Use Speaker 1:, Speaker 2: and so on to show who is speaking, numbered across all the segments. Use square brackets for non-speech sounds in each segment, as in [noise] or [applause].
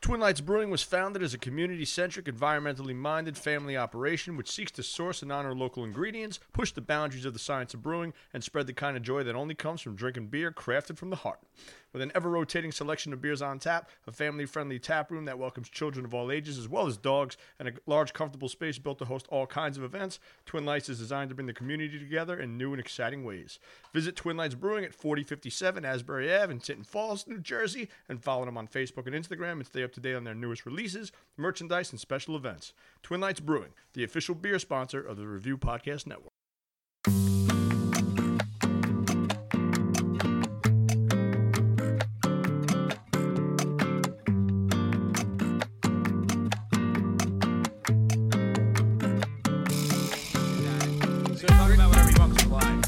Speaker 1: Twin Lights Brewing was founded as a community centric, environmentally minded family operation which seeks to source and honor local ingredients, push the boundaries of the science of brewing, and spread the kind of joy that only comes from drinking beer crafted from the heart. With an ever rotating selection of beers on tap, a family friendly tap room that welcomes children of all ages as well as dogs, and a large, comfortable space built to host all kinds of events, Twin Lights is designed to bring the community together in new and exciting ways. Visit Twin Lights Brewing at 4057 Asbury Ave in Tinton Falls, New Jersey, and follow them on Facebook and Instagram and stay up to date on their newest releases, merchandise, and special events. Twin Lights Brewing, the official beer sponsor of the Review Podcast Network.
Speaker 2: So talk about whatever you want 'cause we're live.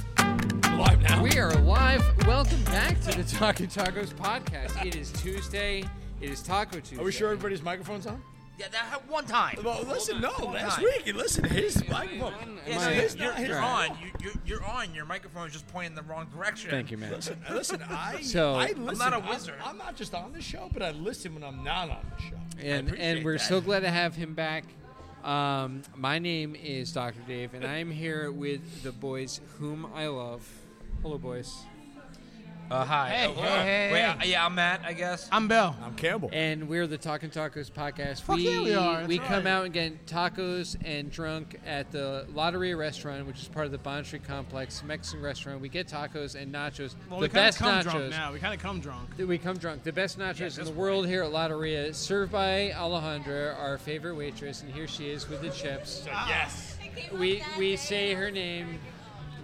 Speaker 2: We're live now.
Speaker 3: We are live. Welcome back to the Talking Tacos podcast. It is Tuesday. It is Taco Tuesday.
Speaker 2: Are we sure everybody's microphone's on?
Speaker 4: Yeah, that ha- one time.
Speaker 2: Well, listen, no.
Speaker 4: Hold
Speaker 2: Last
Speaker 4: on.
Speaker 2: week, listen, his
Speaker 3: Am I
Speaker 2: microphone.
Speaker 3: on? Am I-
Speaker 4: Yeah, no,
Speaker 2: Mine. His-
Speaker 4: you're,
Speaker 2: his-
Speaker 4: you're
Speaker 2: his-
Speaker 4: on. You, you're, you're on. Your microphone is just pointing the wrong direction.
Speaker 3: Thank you, man.
Speaker 2: Listen, listen, [laughs] I,
Speaker 3: [laughs] So-
Speaker 2: I
Speaker 3: I'm
Speaker 2: listen.
Speaker 4: not a wizard.
Speaker 2: I'm, not just on the show, but I listen when I'm not on the show.
Speaker 3: And and
Speaker 4: appreciate
Speaker 3: we're
Speaker 4: that.
Speaker 3: so glad to have him back. Um, my name is Dr. Dave, and I'm here with the boys whom I love. Hello, boys.
Speaker 4: Uh, hi.
Speaker 5: Hey,
Speaker 4: Oh,
Speaker 5: hey,
Speaker 4: uh,
Speaker 5: hey,
Speaker 4: wait,
Speaker 5: hey.
Speaker 4: uh, yeah, I'm Matt, I guess.
Speaker 5: I'm Bill.
Speaker 2: I'm Campbell.
Speaker 3: And we're the Talking Tacos podcast.
Speaker 5: Fuck
Speaker 3: we
Speaker 5: yeah, we are. That's
Speaker 3: we
Speaker 5: right.
Speaker 3: come out and get tacos and drunk at the Lottery Restaurant, which is part of the Bond Street Complex Mexican restaurant. We get tacos and nachos,
Speaker 5: Well,
Speaker 3: the
Speaker 5: we kind of
Speaker 3: best
Speaker 5: come
Speaker 3: nachos.
Speaker 5: drunk now. We kind of come drunk.
Speaker 3: Dude, We come drunk. The best nachos
Speaker 4: Yeah,
Speaker 3: in the
Speaker 4: that's
Speaker 3: world here at Lotteria, served by Alejandra, our favorite waitress, and here she is with the chips.
Speaker 4: yes.
Speaker 3: We we say her name,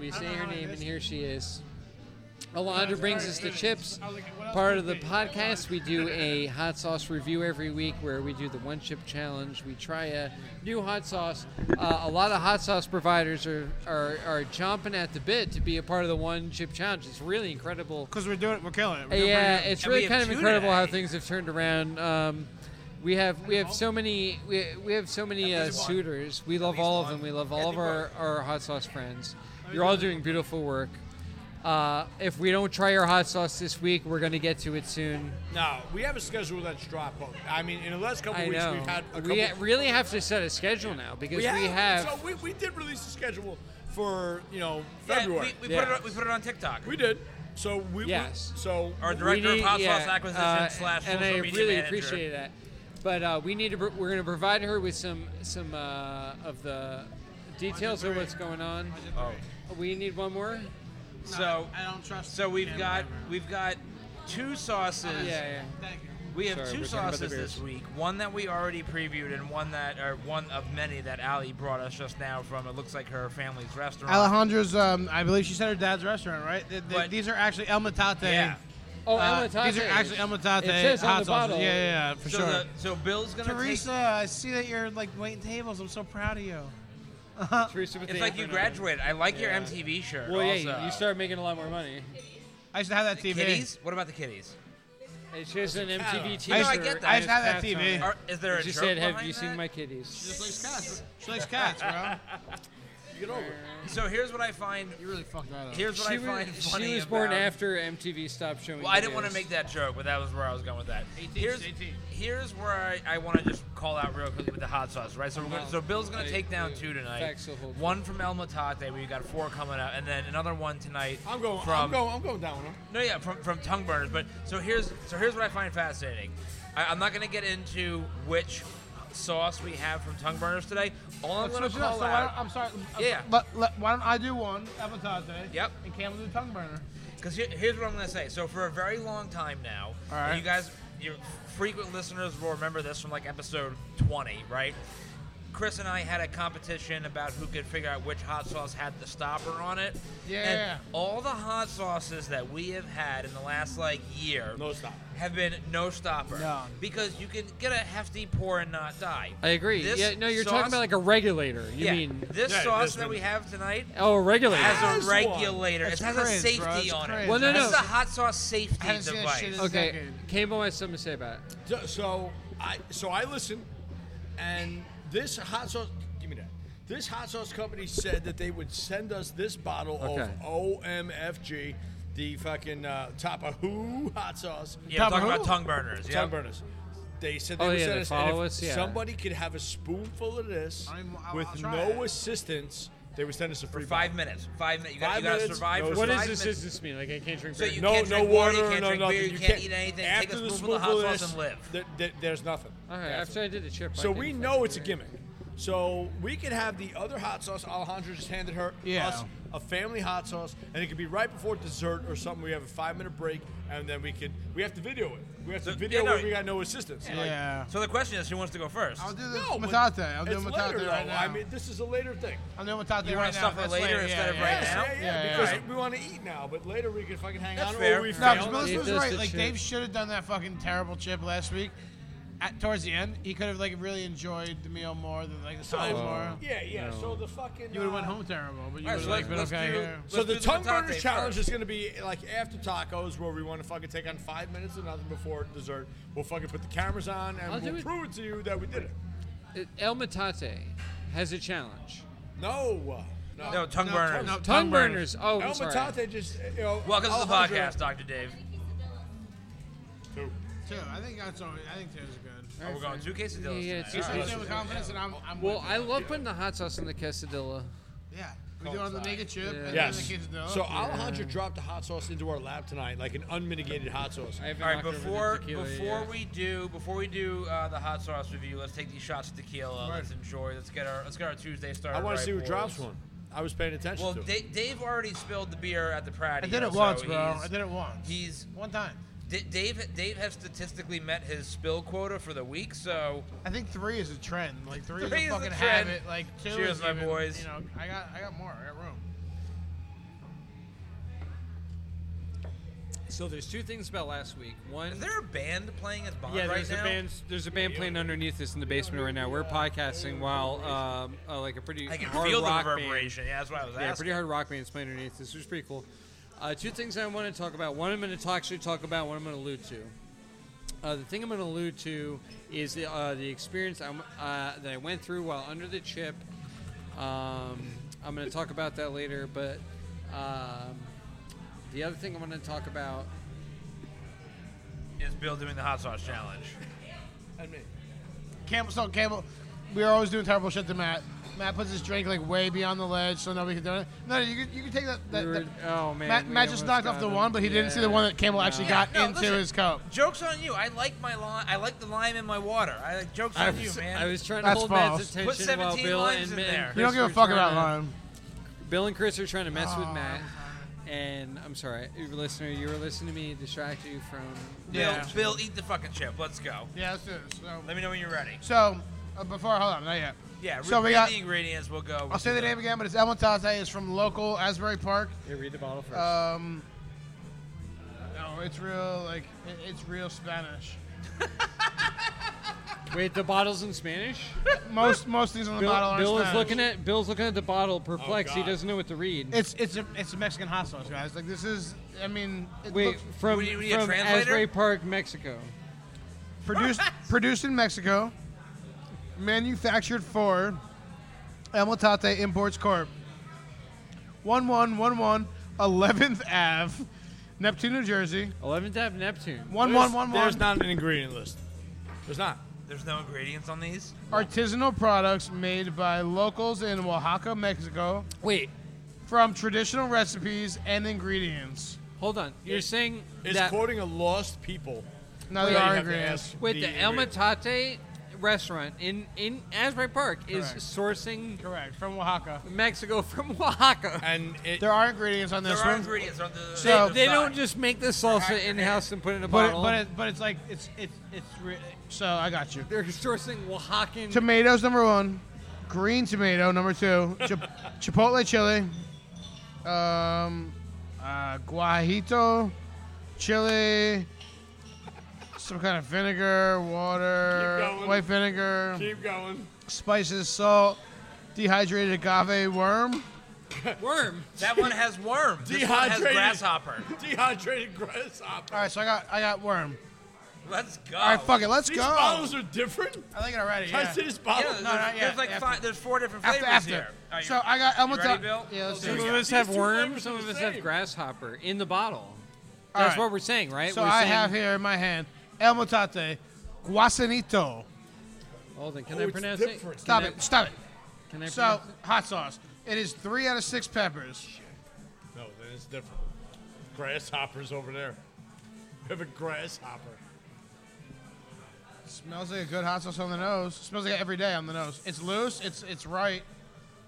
Speaker 3: we say her name, and here she is. Alejandra brings us the chips. Part of the podcast, we do a hot sauce review every week where we do the one chip challenge. We try a new hot sauce. Uh, a lot of hot sauce providers are, are, are chomping at the bit to be a part of the one chip challenge. It's really incredible
Speaker 5: Because we're doing, we're killing it. We're doing
Speaker 3: yeah,
Speaker 5: pretty good.
Speaker 3: it's
Speaker 4: And we
Speaker 3: really
Speaker 4: have
Speaker 3: kind of
Speaker 4: two
Speaker 3: incredible how
Speaker 4: today.
Speaker 3: things have turned around. Um, we have we have so many we, we have so many uh, suitors. We love all of them. We love all of our, our hot sauce friends. You're all doing beautiful work. Uh, if we don't try your hot sauce this week, we're gonna get to it soon.
Speaker 2: No, we have a schedule that's dropped. But, I mean, in the last couple
Speaker 3: I
Speaker 2: weeks,
Speaker 3: know.
Speaker 2: we've had a couple.
Speaker 3: we ha- really have to set a schedule now because we have.
Speaker 2: So we, we did release a schedule for you know
Speaker 4: Yeah, we,
Speaker 2: February.
Speaker 4: we,
Speaker 3: Yeah.
Speaker 4: Put it, on- we put it on TikTok.
Speaker 2: we, did. So we we-
Speaker 3: Yes.
Speaker 2: so
Speaker 4: Our
Speaker 3: We
Speaker 4: director
Speaker 3: need-
Speaker 4: of hot
Speaker 3: yeah,
Speaker 4: sauce acquisition
Speaker 3: uh,
Speaker 4: slash
Speaker 3: and
Speaker 4: social
Speaker 3: I
Speaker 4: media
Speaker 3: really
Speaker 4: manager.
Speaker 3: appreciate that. But uh, we need to. pr- We're going to provide her with some some uh, of the details of what's going on.
Speaker 4: Oh.
Speaker 3: We need one more.
Speaker 4: So,
Speaker 5: I don't trust.
Speaker 4: so we've
Speaker 5: him
Speaker 4: got
Speaker 5: right now.
Speaker 4: we've got two sauces.
Speaker 3: Yeah, yeah.
Speaker 5: Thank you.
Speaker 4: We have
Speaker 3: Sorry,
Speaker 4: two
Speaker 3: we're talking about the
Speaker 4: sauces this
Speaker 3: beers.
Speaker 4: week. One that we already previewed, and one that, or one of many that Allie brought us just now from. It looks like her family's restaurant.
Speaker 5: Alejandra's, um, I believe she said her dad's restaurant, right? Th- th-
Speaker 4: But-
Speaker 5: these are actually El Matate.
Speaker 4: Yeah.
Speaker 3: Oh,
Speaker 5: Uh,
Speaker 3: El Matate.
Speaker 5: These are actually El Matate
Speaker 3: It says
Speaker 5: hot
Speaker 3: on the
Speaker 5: sauces.
Speaker 3: bottle.
Speaker 5: Yeah, yeah, yeah, for
Speaker 4: so
Speaker 5: sure.
Speaker 4: the, so Bill's gonna
Speaker 5: Teresa, I see that you're like waiting tables. I'm so proud of you.
Speaker 3: Teresa with
Speaker 4: take. It's
Speaker 3: the
Speaker 4: like you
Speaker 3: acronym.
Speaker 4: graduated. I like your MTV shirt.
Speaker 3: Well, yeah,
Speaker 4: also.
Speaker 3: you- you start making a lot more money.
Speaker 5: I used to have that
Speaker 4: The
Speaker 5: TV.
Speaker 4: kitties? What about the kitties?
Speaker 3: It's just an MTV
Speaker 4: I
Speaker 3: T-shirt.
Speaker 4: used- I get that.
Speaker 5: I used to have that
Speaker 3: Cats on
Speaker 5: TV.
Speaker 3: it.
Speaker 4: Are, is there a
Speaker 3: She
Speaker 4: joke
Speaker 3: said, "Have
Speaker 4: behind
Speaker 3: you seen
Speaker 2: [laughs]
Speaker 4: that?
Speaker 3: my kitties?"
Speaker 5: likes cats. She likes cats, bro.
Speaker 2: get over. it.
Speaker 4: So here's what I find.
Speaker 5: [laughs] You really fucked that up.
Speaker 4: Here's what
Speaker 3: She
Speaker 4: I find
Speaker 3: was,
Speaker 4: funny
Speaker 3: she was born
Speaker 4: about-
Speaker 3: after MTV stopped showing.
Speaker 4: Well, I didn't want to
Speaker 3: videos.
Speaker 4: make that joke, but that was where I was going with that.
Speaker 5: 18,
Speaker 4: Here's,
Speaker 5: 18.
Speaker 4: here's where I, I want to just call out real quickly with the hot sauce, right? So we're gonna,
Speaker 2: Uh-huh.
Speaker 3: Wow.
Speaker 4: so Bill's gonna
Speaker 3: I-
Speaker 4: take down
Speaker 3: I-
Speaker 4: two tonight.
Speaker 3: facts will hold
Speaker 4: One from El Matate, we got four coming out, and then another one tonight.
Speaker 2: I'm going.
Speaker 4: From,
Speaker 2: I'm going. I'm going down with him.
Speaker 4: No, yeah, from, from tongue burners. But so here's so here's what I find fascinating. I, I'm not gonna get into which sauce we have from tongue burners today. All I'm gonna
Speaker 5: Switch it up,
Speaker 4: call
Speaker 5: so why don't-
Speaker 4: out
Speaker 5: I'm sorry.
Speaker 4: Yeah.
Speaker 5: Let, let- why don't I do one Avatate?
Speaker 4: Yep.
Speaker 5: And Cam will do tongue burner.
Speaker 4: because here's what I'm gonna say. So for a very long time now,
Speaker 5: All right.
Speaker 4: and you guys, your frequent listeners will remember this from like episode 20, right? Chris and I had a competition about who could figure out which hot sauce had the stopper on it.
Speaker 5: Yeah.
Speaker 4: And all the hot sauces that we have had in the last like year
Speaker 2: No stop.
Speaker 4: have been no stopper.
Speaker 5: No.
Speaker 4: Because you can get a hefty pour and not die.
Speaker 3: I agree.
Speaker 4: This
Speaker 3: yeah, no, you're talking
Speaker 4: sauce-
Speaker 3: about like a regulator. You
Speaker 4: yeah,
Speaker 3: mean
Speaker 4: this
Speaker 2: Yeah,
Speaker 4: sauce
Speaker 2: this
Speaker 4: that
Speaker 2: one.
Speaker 4: we have tonight
Speaker 3: oh, a regulator?
Speaker 4: has
Speaker 2: This
Speaker 4: a
Speaker 2: one.
Speaker 4: regulator.
Speaker 5: That's
Speaker 4: it has a
Speaker 5: crazy,
Speaker 4: safety
Speaker 5: bro. That's
Speaker 4: on it.
Speaker 5: crazy.
Speaker 3: Well, no,
Speaker 4: This
Speaker 3: no.
Speaker 4: is a hot sauce safety
Speaker 5: I haven't seen that
Speaker 4: device.
Speaker 5: shit
Speaker 4: [laughs]
Speaker 5: in-
Speaker 3: okay,
Speaker 5: Second.
Speaker 3: Cable has something to say about it.
Speaker 2: So, so I so I listened, and this hot sauce. Give me that. This hot sauce company said that they would send us this bottle
Speaker 3: Okay.
Speaker 2: of OMFG, the fucking uh, Tapa Who hot sauce.
Speaker 4: yeah, I'm
Speaker 5: Tapa
Speaker 4: talking about
Speaker 5: who?
Speaker 4: tongue burners.
Speaker 2: Tongue
Speaker 4: yep.
Speaker 2: burners. They said they
Speaker 3: Oh,
Speaker 2: would
Speaker 3: yeah,
Speaker 2: send
Speaker 3: they
Speaker 2: us, and
Speaker 3: follow
Speaker 2: if
Speaker 3: us, yeah.
Speaker 2: somebody could have a spoonful of this
Speaker 5: I'm- I'll-
Speaker 2: with
Speaker 5: I'll try
Speaker 2: no
Speaker 5: it.
Speaker 2: assistance, they would send us a free
Speaker 4: Five
Speaker 2: bottle.
Speaker 4: minutes. Five minutes. You got
Speaker 2: Five
Speaker 4: to
Speaker 2: minutes,
Speaker 4: survive
Speaker 2: no
Speaker 4: for
Speaker 3: What
Speaker 4: five
Speaker 3: does
Speaker 4: minutes.
Speaker 3: assistance mean? Like I can't drink
Speaker 4: So
Speaker 3: beer.
Speaker 4: you
Speaker 2: No,
Speaker 4: can't
Speaker 2: no
Speaker 4: drink
Speaker 2: water,
Speaker 4: water, you can't
Speaker 2: no
Speaker 4: drink
Speaker 2: nothing.
Speaker 4: beer, you
Speaker 2: you
Speaker 4: can't eat anything. Take a
Speaker 2: After the
Speaker 4: spoonful of hot
Speaker 2: of
Speaker 4: sauce and
Speaker 2: this,
Speaker 4: live.
Speaker 2: th- th- there's nothing.
Speaker 3: All right. After I did the chip. I
Speaker 2: So
Speaker 3: did
Speaker 2: we
Speaker 3: fucking
Speaker 2: know it's a
Speaker 3: drink.
Speaker 2: gimmick. So we could have the other hot sauce. Alejandro just handed her
Speaker 5: Yeah.
Speaker 2: us a family hot sauce, and it could be right before dessert or something. We have a five minute break, and then we could we have to video it. We have to
Speaker 4: So-
Speaker 2: video
Speaker 4: yeah, no,
Speaker 2: when we got no assistance.
Speaker 5: Yeah.
Speaker 4: So the question is, who wants to go first?
Speaker 5: I'll do this
Speaker 2: No, but
Speaker 5: matate. I'll do
Speaker 2: it's
Speaker 5: matate
Speaker 2: later,
Speaker 5: right
Speaker 2: though.
Speaker 5: now.
Speaker 2: I mean, this is a later thing.
Speaker 5: I'll do matate
Speaker 4: You wanna
Speaker 5: right now.
Speaker 4: suffer
Speaker 5: That's
Speaker 4: later
Speaker 5: later
Speaker 4: instead
Speaker 5: yeah,
Speaker 4: of
Speaker 5: yeah,
Speaker 4: right
Speaker 2: yes,
Speaker 5: yeah.
Speaker 4: now?
Speaker 2: yeah, yeah,
Speaker 5: Yeah, yeah.
Speaker 2: because
Speaker 5: Alright.
Speaker 2: we want to eat now, but later we can fucking hang
Speaker 4: That's
Speaker 2: out
Speaker 4: fair.
Speaker 2: or we
Speaker 5: No,
Speaker 2: fail.
Speaker 5: because
Speaker 4: He
Speaker 5: Melissa was
Speaker 3: does
Speaker 5: right.
Speaker 3: the
Speaker 5: Like
Speaker 3: chip.
Speaker 5: Dave should have done that fucking terrible chip last week. At, towards the end, he could have like really enjoyed the meal more, than like the side more.
Speaker 2: yeah, yeah. So the fucking
Speaker 5: uh, You would have went
Speaker 2: uh,
Speaker 5: home terrible, but you
Speaker 4: All right,
Speaker 5: would
Speaker 4: so
Speaker 5: have like,
Speaker 4: let's,
Speaker 5: been
Speaker 4: let's
Speaker 5: okay
Speaker 4: do,
Speaker 5: here.
Speaker 4: let's
Speaker 2: So
Speaker 4: do
Speaker 2: the tongue
Speaker 4: matate
Speaker 2: burner challenge is
Speaker 4: first.
Speaker 2: going to be like after tacos, where we want to fucking take on five minutes of nothing before dessert. We'll fucking put the cameras on and
Speaker 3: I'll do
Speaker 2: we'll
Speaker 3: it.
Speaker 2: prove it to you that we did it.
Speaker 3: Uh, El Matate has a challenge.
Speaker 2: No, uh, no,
Speaker 4: No, tongue burners.
Speaker 5: no,
Speaker 3: Tongue burners. Oh,
Speaker 2: El
Speaker 3: I'm sorry.
Speaker 2: Matate just you know.
Speaker 4: Welcome to the
Speaker 2: Alejandro-
Speaker 4: podcast, Dr. Dave.
Speaker 2: Two.
Speaker 5: Two. I think that's all. I think two is good.
Speaker 4: Oh, we're going two quesadillas
Speaker 3: Yeah, yeah, two
Speaker 4: tonight. All right.
Speaker 5: You say with confidence, and I'm. I'm
Speaker 3: Well,
Speaker 5: with it.
Speaker 3: I love putting the hot sauce in the quesadilla.
Speaker 5: Yeah. We do it on the naked chip, and then the
Speaker 2: Yes.
Speaker 5: kids know.
Speaker 2: So Alejandro dropped the hot sauce into our lap tonight, like an unmitigated hot sauce.
Speaker 3: I haven't
Speaker 4: All right,
Speaker 3: knocked over the
Speaker 4: before
Speaker 3: tequila
Speaker 4: before
Speaker 3: yet.
Speaker 4: we do before we do uh, the hot sauce review, let's take these shots of tequila. Let's enjoy. Let's get our let's get our Tuesday started.
Speaker 2: I want
Speaker 4: right,
Speaker 2: to see who
Speaker 4: boys.
Speaker 2: drops one. I was paying attention
Speaker 4: Well,
Speaker 2: to. it.
Speaker 4: Da- Dave already spilled the beer at the Pratty.
Speaker 5: I did it
Speaker 4: so
Speaker 5: once, bro.
Speaker 4: he's-
Speaker 5: I did it once.
Speaker 4: He's
Speaker 5: One time.
Speaker 4: D- Dave. Dave has statistically met his spill quota for the week, so
Speaker 5: I think three is a trend. Like three,
Speaker 4: Three
Speaker 5: is
Speaker 4: is
Speaker 5: a
Speaker 4: the
Speaker 5: fucking
Speaker 4: trend.
Speaker 5: habit. Like two
Speaker 4: Cheers,
Speaker 5: is
Speaker 4: my
Speaker 5: even,
Speaker 4: boys.
Speaker 5: You know, I got, I got more. I got room.
Speaker 3: So there's two things about last week. One,
Speaker 4: is there a band playing as Bond
Speaker 3: yeah,
Speaker 4: right
Speaker 3: there's
Speaker 4: now?
Speaker 3: a band. There's a band playing underneath us in the basement right now. We're podcasting while um, uh, like a pretty
Speaker 4: I can
Speaker 3: hard
Speaker 4: feel the
Speaker 3: rock band.
Speaker 4: reverberation. Yeah, that's what I was
Speaker 3: Yeah,
Speaker 4: asking.
Speaker 3: pretty hard rock band's playing underneath us. It was pretty cool. Uh, two things I want to talk about. One I'm going to talk, actually talk about. One I'm going to allude to. Uh, the thing I'm going to allude to is the, uh, the experience I'm, uh, that I went through while under the chip. Um, I'm going to talk about that later, but um, the other thing I'm going to talk about
Speaker 4: Is Bill doing the hot sauce
Speaker 3: [laughs]
Speaker 4: challenge?
Speaker 5: Campbell, so Campbell, we were always doing terrible shit to Matt. Matt puts his drink like way beyond the ledge, so nobody can do it. No, you can, you can take that. that,
Speaker 3: We were-
Speaker 5: that-
Speaker 3: oh man,
Speaker 5: Matt,
Speaker 3: we
Speaker 5: Matt just
Speaker 3: almost
Speaker 5: knocked off
Speaker 3: got
Speaker 5: the
Speaker 3: him.
Speaker 5: one, but he didn't see the
Speaker 3: Yeah.
Speaker 5: one that Campbell
Speaker 3: No.
Speaker 5: actually got
Speaker 4: Yeah, no,
Speaker 5: into
Speaker 4: listen.
Speaker 5: his cup.
Speaker 4: Jokes on you. I like my lime. I like the lime in my water. I like jokes
Speaker 3: I
Speaker 5: [laughs]
Speaker 4: on
Speaker 3: was,
Speaker 4: you, man.
Speaker 3: I was trying to
Speaker 5: That's
Speaker 3: hold
Speaker 5: false.
Speaker 3: Matt's attention
Speaker 4: Put
Speaker 3: while
Speaker 4: 17
Speaker 3: Bill
Speaker 4: limes
Speaker 3: and
Speaker 4: in
Speaker 3: Matt
Speaker 4: there.
Speaker 3: and
Speaker 5: You don't
Speaker 3: Chris
Speaker 5: give a
Speaker 3: were
Speaker 5: fuck
Speaker 3: trying
Speaker 5: about
Speaker 3: to-
Speaker 5: Lime.
Speaker 3: Bill and Chris are trying to mess with
Speaker 5: Oh,
Speaker 3: Matt, and I'm sorry, you were listener, you were listening to me distract you from.
Speaker 4: Bill,
Speaker 5: Yeah.
Speaker 4: Bill, eat the fucking chip. Let's go.
Speaker 5: Yeah, let's do this. So,
Speaker 4: Let me know when you're ready.
Speaker 5: so uh, before, hold on, not yet.
Speaker 4: Yeah,
Speaker 5: So
Speaker 4: read
Speaker 5: we got.
Speaker 4: the ingredients. We'll go.
Speaker 5: I'll say the name again, but it's El Montate. It's from local Asbury Park.
Speaker 1: Here, read the bottle first.
Speaker 5: Um, no, it's real. Like it- it's real Spanish.
Speaker 3: Wait, the bottle's in Spanish.
Speaker 5: Most most things on the
Speaker 3: Bill,
Speaker 5: bottle are
Speaker 3: Bill
Speaker 5: Spanish.
Speaker 3: is looking at Bill's looking at the bottle, perplexed. he
Speaker 4: Oh,
Speaker 2: God.
Speaker 3: doesn't know what to read.
Speaker 5: It's it's a it's a Mexican hot sauce, guys. Like this is, I mean, it
Speaker 3: Wait,
Speaker 5: looks
Speaker 3: from
Speaker 4: We need- we need a
Speaker 3: from
Speaker 4: translator?
Speaker 3: Asbury Park, Mexico. [laughs]
Speaker 5: produced produced in Mexico, manufactured for El Matate Imports Corp. One one one one Eleventh Ave, Neptune, New Jersey.
Speaker 3: 11th Ave Neptune.
Speaker 5: One one one
Speaker 2: There's
Speaker 5: one.
Speaker 2: not an ingredient list. There's not.
Speaker 4: There's no ingredients on these.
Speaker 5: Artisanal products made by locals in Oaxaca, Mexico,
Speaker 3: Wait,
Speaker 5: from traditional recipes and ingredients.
Speaker 3: hold on. You're saying
Speaker 2: It's
Speaker 3: that
Speaker 2: quoting a lost people.
Speaker 5: Now there
Speaker 2: You
Speaker 5: are
Speaker 2: have to
Speaker 5: ingredients.
Speaker 2: ask
Speaker 3: with the, El
Speaker 2: ingredient.
Speaker 3: Matate restaurant in in Asbury Park is
Speaker 5: Correct.
Speaker 3: sourcing
Speaker 5: Correct from Oaxaca.
Speaker 3: Mexico from Oaxaca.
Speaker 2: And it,
Speaker 5: There are ingredients on
Speaker 4: There
Speaker 5: this
Speaker 4: are
Speaker 5: one.
Speaker 4: ingredients on the.
Speaker 5: So-
Speaker 4: the
Speaker 3: they don't
Speaker 4: side.
Speaker 3: just make the salsa in house and put it in a
Speaker 5: But it,
Speaker 3: bottle.
Speaker 5: but it, but it's like it's it's it's re- so I got you.
Speaker 3: They're sourcing Oaxacan.
Speaker 5: Tomatoes number one, green tomato number two, chip-
Speaker 2: [laughs]
Speaker 5: chipotle chili, um, uh, guajito chili, some kind of vinegar, water,
Speaker 2: Keep going.
Speaker 5: white vinegar,
Speaker 2: keep going. [laughs]
Speaker 5: spices, salt, dehydrated agave worm.
Speaker 3: worm.
Speaker 4: That one has worm. This one has
Speaker 2: Dehydrated.
Speaker 4: grasshopper.
Speaker 2: Dehydrated grasshopper.
Speaker 5: All right, so I got I got worm.
Speaker 4: Let's go.
Speaker 5: All right, fuck it, let's
Speaker 2: These
Speaker 5: go.
Speaker 2: bottles are different.
Speaker 5: I like it already.
Speaker 2: Can I
Speaker 5: yeah.
Speaker 2: see this
Speaker 4: Yeah,
Speaker 2: bottle?
Speaker 4: there's,
Speaker 5: Oh, No, not yet,
Speaker 4: there's like
Speaker 5: after.
Speaker 4: five. There's four different
Speaker 5: After
Speaker 4: flavors
Speaker 5: after.
Speaker 4: here. All right,
Speaker 5: So
Speaker 4: you-
Speaker 5: I got El
Speaker 4: you ready,
Speaker 5: Montate.
Speaker 4: Bill?
Speaker 5: Yeah, let's do
Speaker 3: Some
Speaker 5: it.
Speaker 3: of
Speaker 2: got
Speaker 3: us
Speaker 2: these
Speaker 3: have
Speaker 2: two
Speaker 3: worm.
Speaker 2: flavors
Speaker 3: Some
Speaker 2: are
Speaker 3: of
Speaker 2: the
Speaker 3: us have
Speaker 2: same.
Speaker 3: grasshopper in the bottle.
Speaker 5: All
Speaker 3: That's
Speaker 5: right.
Speaker 3: what we're saying, right?
Speaker 5: So
Speaker 3: we're
Speaker 5: I
Speaker 3: saying
Speaker 5: have here in my hand El Motate Guasanito.
Speaker 3: Hold on, can
Speaker 2: Oh,
Speaker 3: I
Speaker 2: it's
Speaker 3: pronounce
Speaker 2: different.
Speaker 3: it?
Speaker 5: Stop
Speaker 3: Can I-
Speaker 5: it. Stop it.
Speaker 3: Can I
Speaker 5: So,
Speaker 3: pronounce it?
Speaker 5: hot sauce. It is three out of six peppers.
Speaker 2: No, then it's different. Grasshoppers over there. We have a grasshopper.
Speaker 5: Smells like a good hot sauce on the nose. Smells like it every day on the nose. It's loose. It's it's right.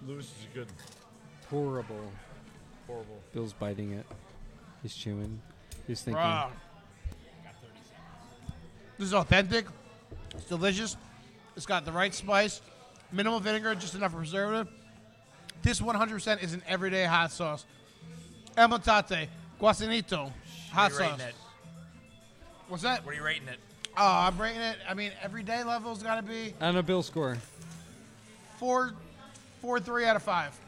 Speaker 2: Lewis is a good,
Speaker 3: horrible.
Speaker 2: horrible.
Speaker 3: Bill's biting it. He's chewing. He's thinking.
Speaker 5: Raw. This is authentic. It's delicious. It's got the right spice, minimal vinegar, just enough preservative. This 100% is an everyday hot sauce. Emotate, guasanito, hot
Speaker 4: What are you rating
Speaker 5: sauce.
Speaker 4: it?
Speaker 5: What's that?
Speaker 4: What are you rating it?
Speaker 5: Oh, I'm rating it. I mean, everyday level's got to be
Speaker 3: I don't know Bill's score.
Speaker 5: four, four, three out of five.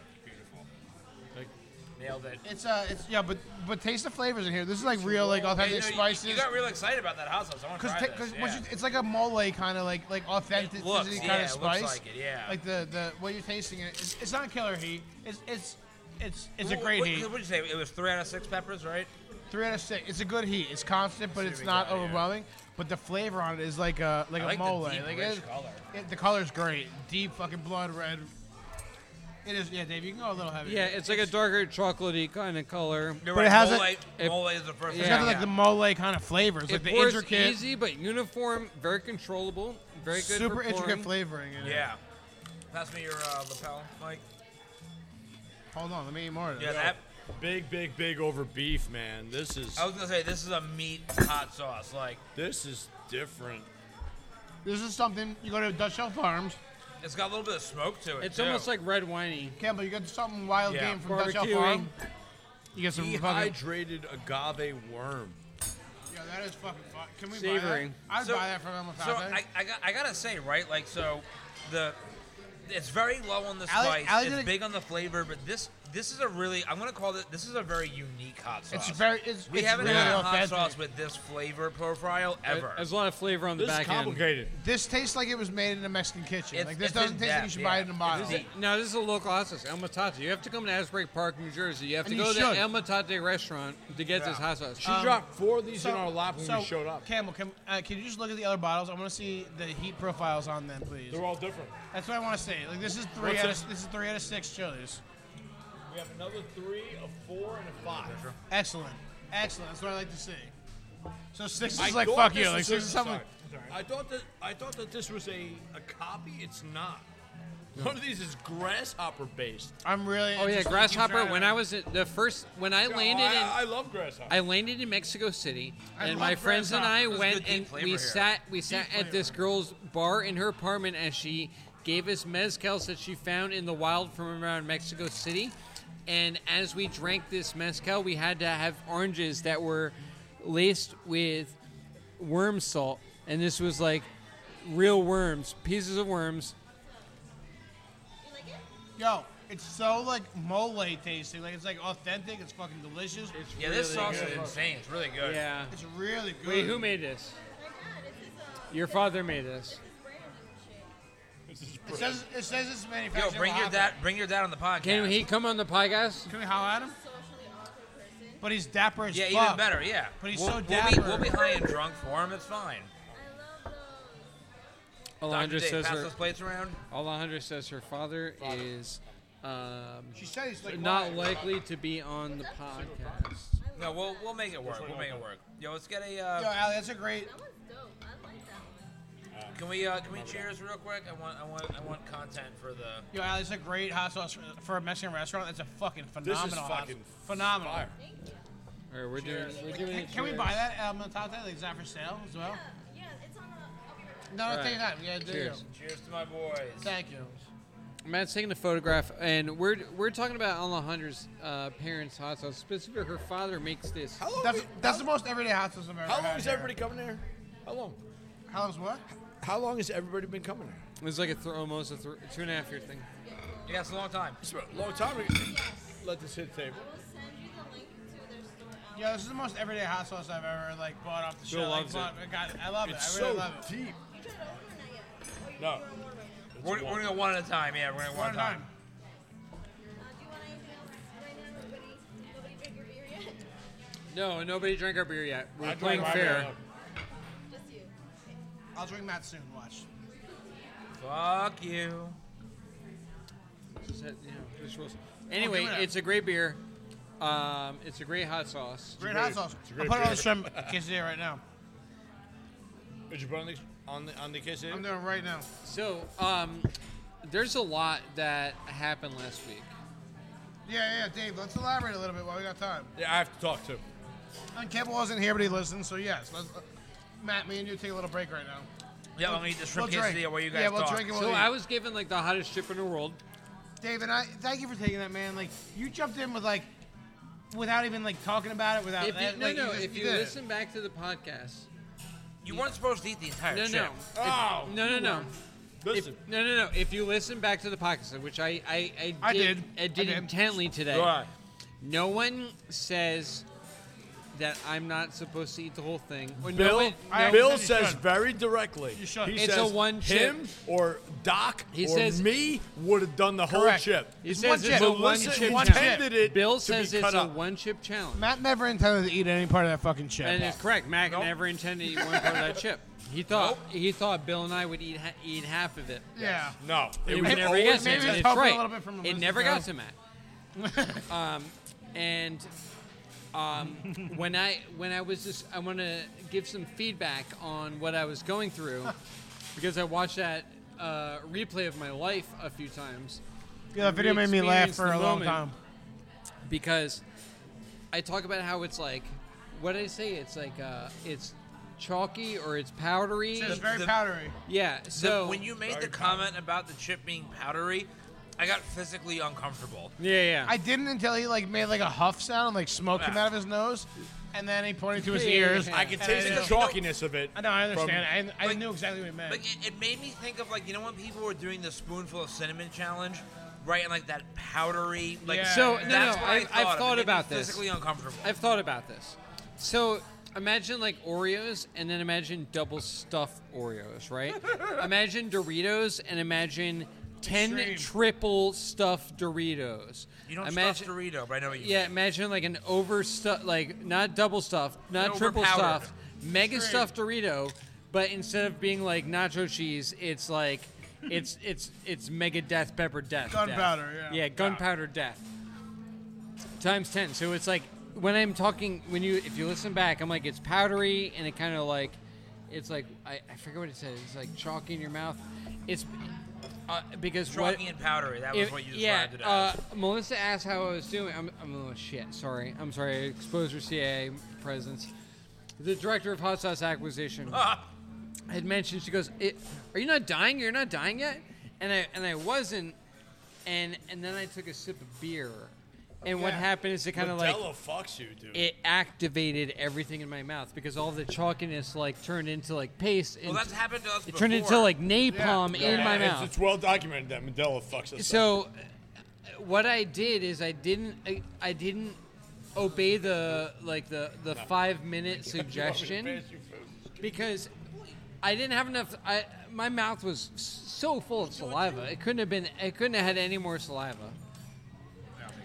Speaker 4: Nailed it.
Speaker 5: It's uh, it's yeah, but but taste the flavors in here. This is like real, like
Speaker 4: Hey,
Speaker 5: authentic
Speaker 4: no, you-
Speaker 5: spices.
Speaker 4: You, got real excited about that hot sauce. I want to
Speaker 5: Cause,
Speaker 4: try
Speaker 5: ta-
Speaker 4: this.
Speaker 5: 'cause
Speaker 4: yeah.
Speaker 5: once you, it's like a mole kind of like like authentic
Speaker 4: It looks-
Speaker 5: fizzy
Speaker 4: yeah,
Speaker 5: kind
Speaker 4: it
Speaker 5: of
Speaker 4: looks
Speaker 5: spice.
Speaker 4: like it, yeah.
Speaker 5: Like the the what you're tasting it. It's, it's not killer heat. It's it's it's it's a
Speaker 4: Wh-
Speaker 5: great
Speaker 4: what,
Speaker 5: heat.
Speaker 4: What did you say? It was three out of six peppers, right?
Speaker 5: Three out of six. It's a good heat. It's constant, but
Speaker 4: see
Speaker 5: it's
Speaker 4: what we
Speaker 5: not
Speaker 4: got, yeah.
Speaker 5: overwhelming. But the flavor on it is like a like
Speaker 4: I
Speaker 5: a
Speaker 4: like the
Speaker 5: mole.
Speaker 4: deep,
Speaker 5: like
Speaker 4: rich
Speaker 5: it-
Speaker 4: color.
Speaker 5: It, the color's great. Deep fucking blood red. It is. Yeah, Dave, you can go a little heavier.
Speaker 3: Yeah, it's like a darker chocolatey kind of color.
Speaker 4: You're
Speaker 5: But
Speaker 4: right.
Speaker 5: it has a-
Speaker 4: mole,
Speaker 3: it-
Speaker 4: mole is the first.
Speaker 3: Yeah.
Speaker 4: thing
Speaker 5: It's got
Speaker 4: I
Speaker 5: the, like
Speaker 4: got.
Speaker 5: the mole kind of flavors,
Speaker 3: It
Speaker 5: like the
Speaker 3: pours
Speaker 5: intricate,
Speaker 3: easy but uniform, very controllable, very good.
Speaker 5: super
Speaker 3: for
Speaker 5: intricate
Speaker 3: pouring.
Speaker 5: flavoring. in it.
Speaker 4: yeah. Pass me your uh, lapel, Mike.
Speaker 5: Hold on, let me eat more of this.
Speaker 4: Yeah, that.
Speaker 2: Big, big, big over beef, man. This is
Speaker 5: Oh.
Speaker 4: I was gonna say this is a meat hot sauce. Like
Speaker 2: this is different.
Speaker 5: This is something you go to Dutch Hill Farms.
Speaker 4: it's got a little bit of smoke to it.
Speaker 3: It's
Speaker 4: too.
Speaker 3: almost like red winey.
Speaker 5: Campbell, you got something wild
Speaker 4: Yeah.
Speaker 5: game from Dutch Hill
Speaker 3: Barbecuing.
Speaker 5: Farm. You get some fucking.
Speaker 2: Dehydrated agave worm.
Speaker 5: Yeah, that is fucking. Fun. Can we
Speaker 3: Savory.
Speaker 5: buy that? I'd
Speaker 4: So-
Speaker 5: buy that from Emma
Speaker 4: So I, I, got, I gotta say, right? Like so, the it's very low on the
Speaker 5: Ali-
Speaker 4: spice.
Speaker 5: Ali
Speaker 4: it's
Speaker 5: did a-
Speaker 4: big on the flavor, but this this is a really I'm gonna call it. This is a very unique hot sauce.
Speaker 5: It's very. It's,
Speaker 4: we
Speaker 5: it's
Speaker 4: haven't
Speaker 5: really
Speaker 4: had a hot
Speaker 5: authentic.
Speaker 4: sauce with this flavor profile
Speaker 3: It-
Speaker 4: ever.
Speaker 3: There's a lot of flavor on the
Speaker 2: This is
Speaker 3: back end.
Speaker 2: complicated.
Speaker 5: This tastes like it was made in a Mexican kitchen.
Speaker 4: It's-
Speaker 5: like this
Speaker 4: it's in
Speaker 5: doesn't taste like you
Speaker 4: depth,
Speaker 5: should
Speaker 4: yeah.
Speaker 5: buy it in a bottle.
Speaker 4: It's deep.
Speaker 3: Now this is a local hot sauce, El Matate. You have to come to Asbury Park, New Jersey. You have
Speaker 5: And
Speaker 3: to
Speaker 5: you
Speaker 3: go to
Speaker 5: should.
Speaker 3: the El Matate restaurant to get this
Speaker 4: Yeah.
Speaker 3: hot sauce.
Speaker 2: She dropped four of these in our lap when
Speaker 5: Um, so,
Speaker 2: we showed up.
Speaker 5: Campbell, can, uh, can you just look at the other bottles? I want to see the heat profiles on them, please.
Speaker 2: They're all different.
Speaker 5: That's what I want to see. Like this is three
Speaker 2: What's
Speaker 5: out
Speaker 2: it?
Speaker 5: of this is three out of six chilies.
Speaker 2: We have another three, a four, and a five.
Speaker 5: Excellent, excellent. That's what I like to see. So six is
Speaker 2: I
Speaker 5: like
Speaker 2: thought
Speaker 5: fuck
Speaker 2: this
Speaker 5: you.
Speaker 2: was
Speaker 5: Like six
Speaker 2: a-
Speaker 5: is something.
Speaker 2: sorry. I thought that I thought that this was a, a copy. It's not. One of these is grasshopper based.
Speaker 5: I'm really.
Speaker 3: Oh yeah,
Speaker 5: interested. Keep
Speaker 3: grasshopper.
Speaker 5: trying
Speaker 3: When
Speaker 5: it.
Speaker 3: I was at the first, when I landed in,
Speaker 2: I, I love grasshopper.
Speaker 3: I landed in Mexico City,
Speaker 5: I
Speaker 3: and
Speaker 5: love
Speaker 3: my friends and I
Speaker 4: There's
Speaker 3: went
Speaker 4: good deep
Speaker 3: and
Speaker 4: flavor
Speaker 3: we
Speaker 4: here.
Speaker 3: sat we sat at this girl's bar in her apartment as she gave us mezcals that she found in the wild from around Mexico City, and as we drank this mezcal, we had to have oranges that were laced with worm salt, and this was like real worms, pieces of worms.
Speaker 5: Yo, it's so like mole tasting. Like it's like authentic. It's fucking delicious. It's,
Speaker 4: yeah, this sauce is insane. It's really good.
Speaker 3: Yeah.
Speaker 5: really good.
Speaker 3: Wait, who made this? Your father made this.
Speaker 5: it? Says, it says it's manufactured.
Speaker 4: Yo, bring
Speaker 5: in
Speaker 4: your
Speaker 5: Oaxaca.
Speaker 4: dad. Bring your dad on the podcast.
Speaker 3: Can he come on the podcast?
Speaker 5: Can we howl at him? But he's dapper as
Speaker 4: Yeah,
Speaker 5: fuck.
Speaker 4: even better. Yeah.
Speaker 5: But he's
Speaker 4: we'll,
Speaker 5: so
Speaker 4: we'll be,
Speaker 5: dapper.
Speaker 4: we'll be high and drunk for him. It's fine. Dr.
Speaker 3: Alondra
Speaker 4: Dave,
Speaker 3: says
Speaker 4: pass
Speaker 3: her.
Speaker 4: those plates around.
Speaker 3: Alejandra says her father, is um,
Speaker 5: She said he's like
Speaker 3: not
Speaker 5: why?
Speaker 3: likely to be on the podcast.
Speaker 4: No, we'll we'll make it work. We'll make it work. Yo, let's get a. Uh,
Speaker 5: Yo, Ali, that's a great.
Speaker 4: Can we uh, can we cheers real quick? I want I want I want content for the.
Speaker 5: Yo, Ali, that's a great hot sauce for, for a Mexican restaurant. That's a fucking
Speaker 2: this
Speaker 5: phenomenal.
Speaker 2: is
Speaker 5: hot
Speaker 2: fucking
Speaker 5: sauce. phenomenal.
Speaker 2: Fire.
Speaker 3: All right, we're doing. We're doing
Speaker 5: Can,
Speaker 3: it
Speaker 5: can we
Speaker 3: cheers.
Speaker 5: buy that El Matate? Like, is that for sale as well? No, no,
Speaker 3: All
Speaker 5: take that.
Speaker 3: right.
Speaker 5: Yeah, do
Speaker 3: Cheers.
Speaker 5: you.
Speaker 4: Cheers to my boys.
Speaker 5: Thank you.
Speaker 3: Matt's taking a photograph, and we're we're talking about Alejandra's uh, parents' hot sauce. Specifically, her father makes this.
Speaker 2: How long?
Speaker 5: That's,
Speaker 2: we-
Speaker 5: that's the most everyday hot sauce I've ever
Speaker 2: how
Speaker 5: had
Speaker 2: long is
Speaker 5: here.
Speaker 2: everybody coming here? How long?
Speaker 5: How long's what?
Speaker 2: How long has everybody been coming here?
Speaker 3: It was like a th- almost a th- two and a half year thing.
Speaker 4: Yeah, it's a long time.
Speaker 2: It's a long time. ago. Let this hit the table.
Speaker 5: Yeah, this is the most everyday hot sauce I've ever like bought off the
Speaker 3: Bill
Speaker 5: shelf. Like,
Speaker 3: loves
Speaker 5: bought- I got- I love
Speaker 2: It's
Speaker 5: it. I really
Speaker 2: so
Speaker 5: love it.
Speaker 2: deep. No.
Speaker 4: We're, we're gonna go one at a time. Yeah, we're gonna go one at a time.
Speaker 6: Uh, [laughs]
Speaker 3: No, nobody drank our beer yet. We're
Speaker 2: I
Speaker 3: playing
Speaker 2: drank my
Speaker 3: fair.
Speaker 2: beer.
Speaker 5: I'll drink that soon. Watch.
Speaker 4: Fuck you.
Speaker 3: Just had- you know, just rules. Anyway,
Speaker 5: Oh, it.
Speaker 3: it's a great beer. Um, it's a great hot sauce.
Speaker 5: Great hot sauce.
Speaker 1: a
Speaker 5: I'll
Speaker 1: great
Speaker 5: put it on
Speaker 1: beer.
Speaker 5: the shrimp quesadilla right now.
Speaker 2: Did you put on the on the, on the kiss?
Speaker 5: I'm doing it right now.
Speaker 3: So, um, there's a lot that happened last week.
Speaker 5: Yeah, yeah, Dave. Let's elaborate a little bit while we got time.
Speaker 2: Yeah, I have to talk to. him.
Speaker 5: And Kevin wasn't here, but he listened. So yes, let's, uh, Matt, me and you take a little break right now.
Speaker 4: Yeah, I'm gonna eat this shrimp
Speaker 5: we'll drink.
Speaker 4: quesadilla while you guys
Speaker 5: Oh, yeah, we'll
Speaker 4: talk.
Speaker 5: drink and we'll
Speaker 3: So
Speaker 5: eat.
Speaker 3: I was given like the hottest chip in the world.
Speaker 5: Dave and I, thank you for taking that, man. Like you jumped in with like, without even like talking about it. Without
Speaker 3: If you,
Speaker 5: that,
Speaker 3: no,
Speaker 5: Uh, like,
Speaker 3: no.
Speaker 5: just-
Speaker 3: If you
Speaker 5: did it.
Speaker 3: listen back to the podcast,
Speaker 4: You weren't supposed to eat the entire
Speaker 3: no,
Speaker 4: chip.
Speaker 3: no,
Speaker 2: Oh,
Speaker 3: If- no, no, no. If,
Speaker 2: Listen,
Speaker 3: no, no, no. If you listen back to the podcast, which I, I, I did,
Speaker 5: I did.
Speaker 3: I did
Speaker 5: I did.
Speaker 3: intently today.
Speaker 2: all right.
Speaker 3: No one says that I'm not supposed to eat the whole thing. Or no
Speaker 2: Bill,
Speaker 3: one-
Speaker 5: I-
Speaker 3: no-
Speaker 2: Bill
Speaker 5: you
Speaker 2: says
Speaker 5: should.
Speaker 2: very directly. You
Speaker 5: should.
Speaker 2: He
Speaker 3: It's
Speaker 2: says
Speaker 3: a one chip.
Speaker 2: him or Doc
Speaker 3: He
Speaker 2: or
Speaker 3: says-
Speaker 2: me would have done the whole
Speaker 5: Correct.
Speaker 2: chip.
Speaker 3: He
Speaker 5: It's
Speaker 3: says
Speaker 5: one
Speaker 3: it's
Speaker 5: chip.
Speaker 3: a one
Speaker 2: Melissa
Speaker 3: chip
Speaker 5: one
Speaker 3: challenge.
Speaker 2: intended it
Speaker 3: Bill
Speaker 2: to
Speaker 3: says
Speaker 2: be
Speaker 3: it's
Speaker 2: cut
Speaker 3: a
Speaker 2: up.
Speaker 3: one chip challenge.
Speaker 5: Matt never intended to eat any part of that fucking chip.
Speaker 3: and it's correct. Mac
Speaker 4: Nope.
Speaker 3: never intended to eat one part of that chip. He thought he thought Bill and I would eat ha- eat half of it.
Speaker 5: yeah.
Speaker 2: No,
Speaker 3: It,
Speaker 2: was
Speaker 3: would never
Speaker 2: always
Speaker 3: get to him,
Speaker 5: maybe it's
Speaker 3: and it's
Speaker 5: helping a
Speaker 3: right.
Speaker 5: little bit from
Speaker 3: it
Speaker 5: Mr.
Speaker 3: never got
Speaker 5: Jones.
Speaker 3: to Matt. um, and um, when I when I was just I want to give some feedback on what I was going through because I watched that uh, replay of my life a few times
Speaker 5: Yeah, that video made me laugh
Speaker 3: re-experience
Speaker 5: for
Speaker 3: the
Speaker 5: a long
Speaker 3: moment.
Speaker 5: time.
Speaker 3: because I talk about how it's like what did I say? It's like uh, it's chalky or it's powdery.
Speaker 5: It's very
Speaker 4: the-
Speaker 5: powdery.
Speaker 3: Yeah. So
Speaker 4: when you made the comment about the chip being powdery, I got physically uncomfortable.
Speaker 3: yeah yeah
Speaker 5: I didn't until he like made like a huff sound and like smoke came out of his nose, and then he pointed to his ears.
Speaker 2: I can
Speaker 5: And
Speaker 2: taste
Speaker 5: I
Speaker 2: the
Speaker 5: know.
Speaker 2: chalkiness of it.
Speaker 5: I know. I understand. I, I
Speaker 4: Like-
Speaker 5: knew exactly what he meant.
Speaker 4: Like it, it made me think of like you know when people were doing the spoonful of cinnamon challenge, right? And like that powdery like
Speaker 5: Yeah,
Speaker 3: So,
Speaker 5: yeah,
Speaker 4: that's
Speaker 3: no, no,
Speaker 4: what I
Speaker 3: I've- I've
Speaker 4: thought of. It
Speaker 3: thought
Speaker 4: made me
Speaker 3: about this.
Speaker 4: Physically uncomfortable.
Speaker 3: I've thought about this. So imagine like Oreos, and then imagine double stuffed Oreos,
Speaker 4: [laughs]
Speaker 3: right? imagine Doritos, and imagine ten
Speaker 5: Extreme.
Speaker 3: triple stuffed Doritos.
Speaker 4: you don't
Speaker 3: imagine,
Speaker 4: stuff Dorito, but I know what you.
Speaker 3: Yeah, imagine like an overstuffed, like not double stuffed, not
Speaker 4: An
Speaker 3: triple
Speaker 4: overpowered.
Speaker 3: stuffed, mega stuffed Dorito, but instead of being like nacho cheese, it's like it's it's it's mega death pepper death. death.
Speaker 5: Gunpowder, yeah.
Speaker 3: Yeah, gunpowder death. Times ten. So it's like when I'm talking, when you if you listen back, I'm like it's powdery and it kind of like it's like I, I forget what it says. It's like chalky in your mouth. It's uh, because what
Speaker 4: Chalky and powdery. That was
Speaker 3: if-
Speaker 4: what you
Speaker 3: yeah,
Speaker 4: described
Speaker 3: uh,
Speaker 4: it
Speaker 3: Melissa asked how I was doing. I'm, I'm a little shit. Sorry. I'm sorry. I exposed her CIA presence. The director of Hot Sauce Acquisition
Speaker 4: as. [laughs]
Speaker 3: had mentioned. She goes, "It- "Are you not dying? You're not dying yet." And I and I wasn't. And and then I took a sip of beer. And what
Speaker 5: Yeah.
Speaker 3: happened is it kind of like
Speaker 2: Modelo fucks you, dude.
Speaker 3: it activated everything in my mouth because all the chalkiness like turned into like paste.
Speaker 4: well,
Speaker 3: and
Speaker 4: that's happened to us.
Speaker 3: it turned into
Speaker 4: before.
Speaker 3: like napalm
Speaker 5: Yeah.
Speaker 3: in
Speaker 2: Yeah,
Speaker 3: my
Speaker 2: it's,
Speaker 3: mouth.
Speaker 2: It's well documented that Modelo fucks us. up.
Speaker 3: So, uh, what I did is I didn't I, I didn't obey the like the the five minute suggestion because I didn't have enough. I my mouth was so full of saliva. It couldn't have been. It couldn't have had any more saliva.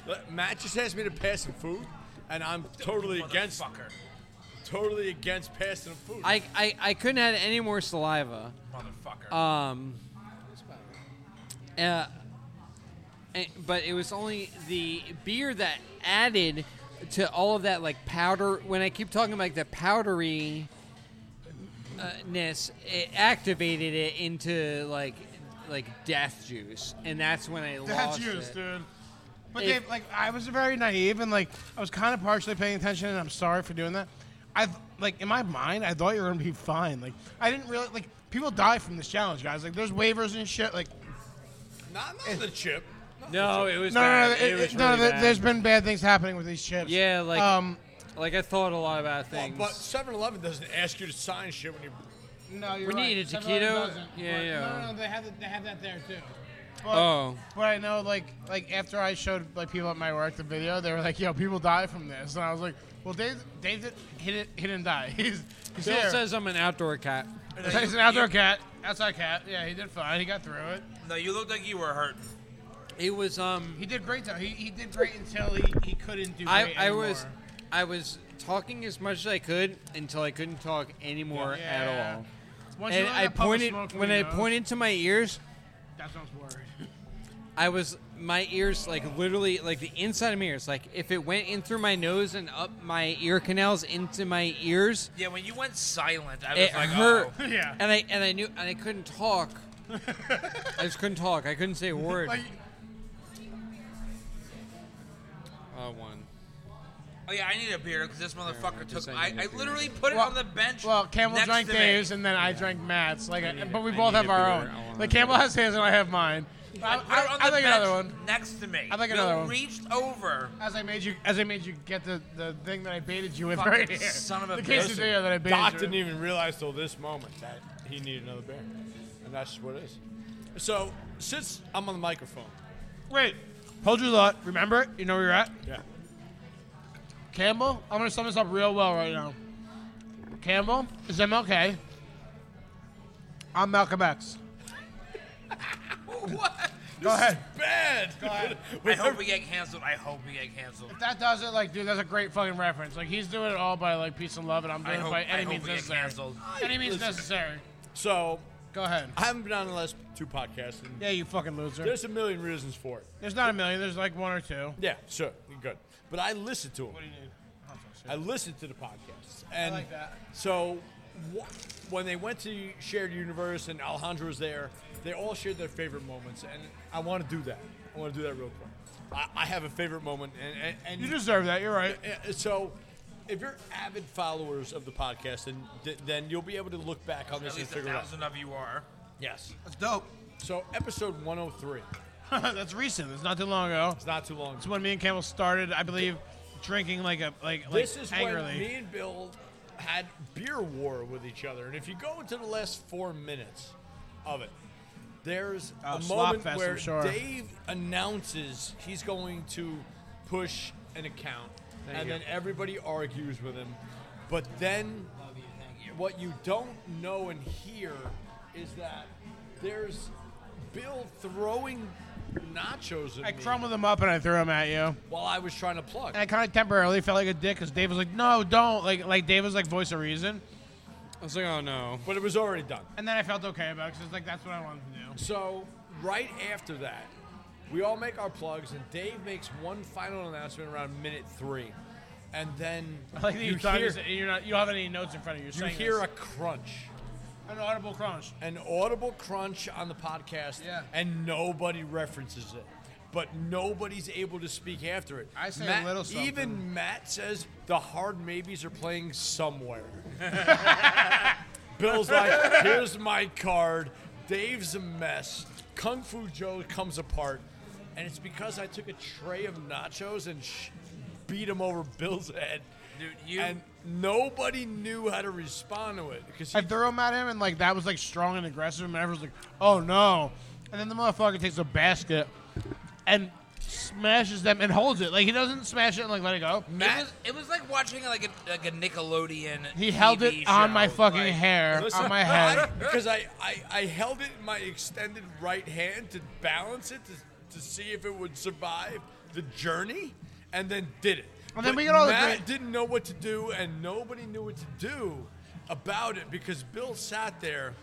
Speaker 2: Look, Matt just asked me to pass some food, and I'm totally against,
Speaker 4: Motherfucker.
Speaker 2: totally against passing him food.
Speaker 3: I I, I couldn't have had any more saliva.
Speaker 4: Motherfucker.
Speaker 3: Um. Uh, and- but it was only the beer that added to all of that like powder. When I keep talking about the powdery uh, ness, it activated it into like like death juice, and that's when I
Speaker 5: That's
Speaker 3: lost
Speaker 5: juice,
Speaker 3: it.
Speaker 5: dude. But
Speaker 3: It-
Speaker 5: Dave, like, I was very naive and like I was kind of partially paying attention, and I'm sorry for doing that. I like in my mind, I thought you were gonna be fine. Like, I didn't really like people die from this challenge, guys. Like, there's waivers and shit. Like,
Speaker 2: not not the chip.
Speaker 3: No, it was
Speaker 5: no, no,
Speaker 3: bad.
Speaker 5: no,
Speaker 3: it,
Speaker 5: it-
Speaker 3: was
Speaker 5: it- no.
Speaker 3: really
Speaker 5: there-
Speaker 3: bad.
Speaker 5: There's been bad things happening with these chips.
Speaker 3: yeah, like
Speaker 5: um,
Speaker 3: like I thought a lot
Speaker 5: Oh,
Speaker 3: about
Speaker 2: Well,
Speaker 3: things.
Speaker 2: but 7-Eleven doesn't ask you to sign shit when you.
Speaker 5: no, you're
Speaker 3: We
Speaker 5: right.
Speaker 3: needed
Speaker 5: Some of
Speaker 3: taquito.
Speaker 5: them doesn't,
Speaker 3: Yeah,
Speaker 5: but-
Speaker 3: yeah.
Speaker 5: No, no, no, they have it- they have that there too. But,
Speaker 3: Oh.
Speaker 5: but I know, like, like after I showed like people at my work the video, they were like, "Yo, people die from this," and I was like, "Well, Dave, Dave did- he did he didn't die. [laughs] He's he's
Speaker 3: Bill
Speaker 5: here.
Speaker 3: says I'm an outdoor cat.
Speaker 4: No,
Speaker 5: He's
Speaker 4: you-
Speaker 5: an outdoor
Speaker 4: you-
Speaker 5: cat, outside cat. Yeah, he did fine. He got through it.
Speaker 4: No, you looked like you were hurt.
Speaker 3: It was um.
Speaker 5: He did great though. He, he did great until he, he couldn't do.
Speaker 3: I,
Speaker 5: great
Speaker 3: I
Speaker 5: anymore.
Speaker 3: was I was talking as much as I could until I couldn't talk anymore
Speaker 5: Yeah.
Speaker 3: at all.
Speaker 5: Once you
Speaker 3: and
Speaker 5: let
Speaker 3: I
Speaker 5: that puff of
Speaker 3: pointed
Speaker 5: smoke from
Speaker 3: when
Speaker 5: your
Speaker 3: I
Speaker 5: nose,
Speaker 3: pointed to my ears.
Speaker 5: That's what I was worried.
Speaker 3: I was my ears like literally like the inside of my ears. Like if it went in through my nose and up my ear canals into my ears,
Speaker 4: Yeah, when you went silent, I was
Speaker 3: it
Speaker 4: like,
Speaker 3: hurt.
Speaker 4: oh.
Speaker 5: [laughs] Yeah.
Speaker 3: And I and I knew and I couldn't talk. I just couldn't talk. I couldn't say a word.
Speaker 5: Like,
Speaker 3: Oh, one.
Speaker 4: Oh, yeah, I need a beer because this
Speaker 3: I
Speaker 4: motherfucker
Speaker 3: just
Speaker 4: took.
Speaker 3: ain't
Speaker 4: I,
Speaker 3: gonna
Speaker 4: I
Speaker 3: do
Speaker 4: literally put it
Speaker 5: Well-
Speaker 4: on the bench.
Speaker 5: well, Campbell
Speaker 4: next
Speaker 5: drank
Speaker 4: to me.
Speaker 5: Dave's and then I drank Matt's. Like,
Speaker 3: need
Speaker 5: but
Speaker 3: a-
Speaker 5: we
Speaker 3: I
Speaker 5: both
Speaker 3: need
Speaker 5: have
Speaker 3: a
Speaker 5: our
Speaker 3: beer.
Speaker 5: own.
Speaker 3: I want
Speaker 5: Like
Speaker 3: a
Speaker 5: Campbell
Speaker 3: beer.
Speaker 5: has his and I have mine. I,
Speaker 4: Put it
Speaker 5: I,
Speaker 4: on
Speaker 5: I
Speaker 4: the
Speaker 5: think another
Speaker 4: bench
Speaker 5: one.
Speaker 4: next to me.
Speaker 5: I'd like
Speaker 4: Bill
Speaker 5: another one.
Speaker 4: reached over. [laughs]
Speaker 5: As I made you, as I made you get the, the thing that I baited you with
Speaker 4: Fucking
Speaker 5: right here.
Speaker 4: son of a
Speaker 5: the
Speaker 4: bitch.
Speaker 5: quesadilla that I baited
Speaker 2: Doc
Speaker 5: you
Speaker 2: didn't
Speaker 5: with.
Speaker 2: even realize till this moment that he needed another beer, and that's just what it is. So since I'm on the microphone,
Speaker 5: Wait, hold your thought. Remember it. You know where you're at.
Speaker 2: yeah,
Speaker 5: Campbell, I'm gonna sum this up real well right now. Campbell is MLK. I'm Malcolm X.
Speaker 4: What?
Speaker 5: Go ahead.
Speaker 2: bad. [laughs]
Speaker 4: I hope we get canceled. I hope we get canceled.
Speaker 5: That does it, like, dude. That's a great fucking reference. Like, he's doing it all by like peace and love, and I'm
Speaker 4: I
Speaker 5: doing it
Speaker 4: hope,
Speaker 5: by
Speaker 4: I
Speaker 5: any
Speaker 4: hope
Speaker 5: means
Speaker 4: we get
Speaker 5: necessary.
Speaker 4: canceled.
Speaker 5: Any means
Speaker 2: Listen.
Speaker 5: necessary.
Speaker 2: So
Speaker 5: Go ahead.
Speaker 2: I haven't been on the last two podcasts. And
Speaker 5: Yeah, you fucking loser.
Speaker 2: There's a million reasons for it.
Speaker 5: There's not a million. There's like one or two.
Speaker 2: Yeah, sure, you're good. But I listened to them.
Speaker 5: do you need?
Speaker 2: I listened to the podcasts, and
Speaker 5: like that.
Speaker 2: so wh- when they went to shared universe and Alejandro was there, they all shared their favorite moments, and I want to do that. I want to do that real quick. I, I have a favorite moment, and and, and
Speaker 5: You deserve that. You're right. [laughs]
Speaker 2: Uh, so. If you're avid followers of the podcast, then th- then you'll be able to look back on
Speaker 4: At
Speaker 2: this and
Speaker 4: least a
Speaker 2: figure it out.
Speaker 4: thousand of you are.
Speaker 2: Yes.
Speaker 5: That's dope.
Speaker 2: So episode 103.
Speaker 5: That's recent. It's not too long ago.
Speaker 2: It's not too long.
Speaker 5: It's when me and Campbell started, I believe, drinking like a like like
Speaker 2: this is
Speaker 5: angrily.
Speaker 2: when me and Bill had beer war with each other. And if you go into the last four minutes of it, there's
Speaker 5: Oh,
Speaker 2: a
Speaker 5: slop
Speaker 2: moment
Speaker 5: fest, I'm
Speaker 2: where
Speaker 5: sure.
Speaker 2: Dave announces he's going to push an account, and then everybody argues with him. But then, what you don't know and hear is that there's Bill throwing nachos at
Speaker 5: I
Speaker 2: me
Speaker 5: crumbled them up and I threw them at you.
Speaker 2: while I was trying to plug.
Speaker 5: And I kind of temporarily felt like a dick because Dave was like, "No, don't!" Like, like Dave was like voice of reason,
Speaker 3: I was like, oh no.
Speaker 2: but it was already done.
Speaker 5: and then I felt okay about it because like that's what I wanted to do. [laughs]
Speaker 2: So right after that, we all make our plugs, and Dave makes one final announcement around minute three, and then
Speaker 5: [laughs] I like that you,
Speaker 2: you
Speaker 5: thought
Speaker 2: hear,
Speaker 5: this- you're not, you don't have any notes in front of you.
Speaker 2: you
Speaker 5: You're saying
Speaker 2: hear a
Speaker 5: this.
Speaker 2: crunch,
Speaker 5: an audible crunch.
Speaker 2: an audible crunch on the podcast,
Speaker 5: Yeah.
Speaker 2: and nobody references it. But nobody's able to speak after it.
Speaker 5: I say a
Speaker 2: Matt,
Speaker 5: little something.
Speaker 2: Even Matt says the hard maybes are playing
Speaker 5: [laughs]
Speaker 2: somewhere. Bill's like, here's my card. Dave's a mess. Kung Fu Joe comes apart. And it's because I took a tray of nachos and sh- beat him over Bill's head.
Speaker 4: Dude, you-
Speaker 2: And nobody knew how to respond to it. Because
Speaker 5: I threw them at him, and like that was like strong and aggressive, and everyone's like, "Oh no!" And then the motherfucker takes a basket and smashes them and holds it. Like he doesn't smash it and like let it go.
Speaker 4: It
Speaker 2: Matt-
Speaker 4: was, it was like watching like a, like a Nickelodeon.
Speaker 5: He held
Speaker 4: TV
Speaker 5: it on
Speaker 4: show.
Speaker 5: my fucking
Speaker 4: Like, [laughs]
Speaker 5: hair, on
Speaker 2: Listen,
Speaker 5: my head.
Speaker 2: I- [laughs] because I, I, I held it in my extended right hand to balance it to, to see if it would survive the journey, and then did it.
Speaker 5: And then
Speaker 2: But
Speaker 5: we got all the
Speaker 2: Matt
Speaker 5: great-
Speaker 2: didn't know what to do, and nobody knew what to do about it because Bill sat there.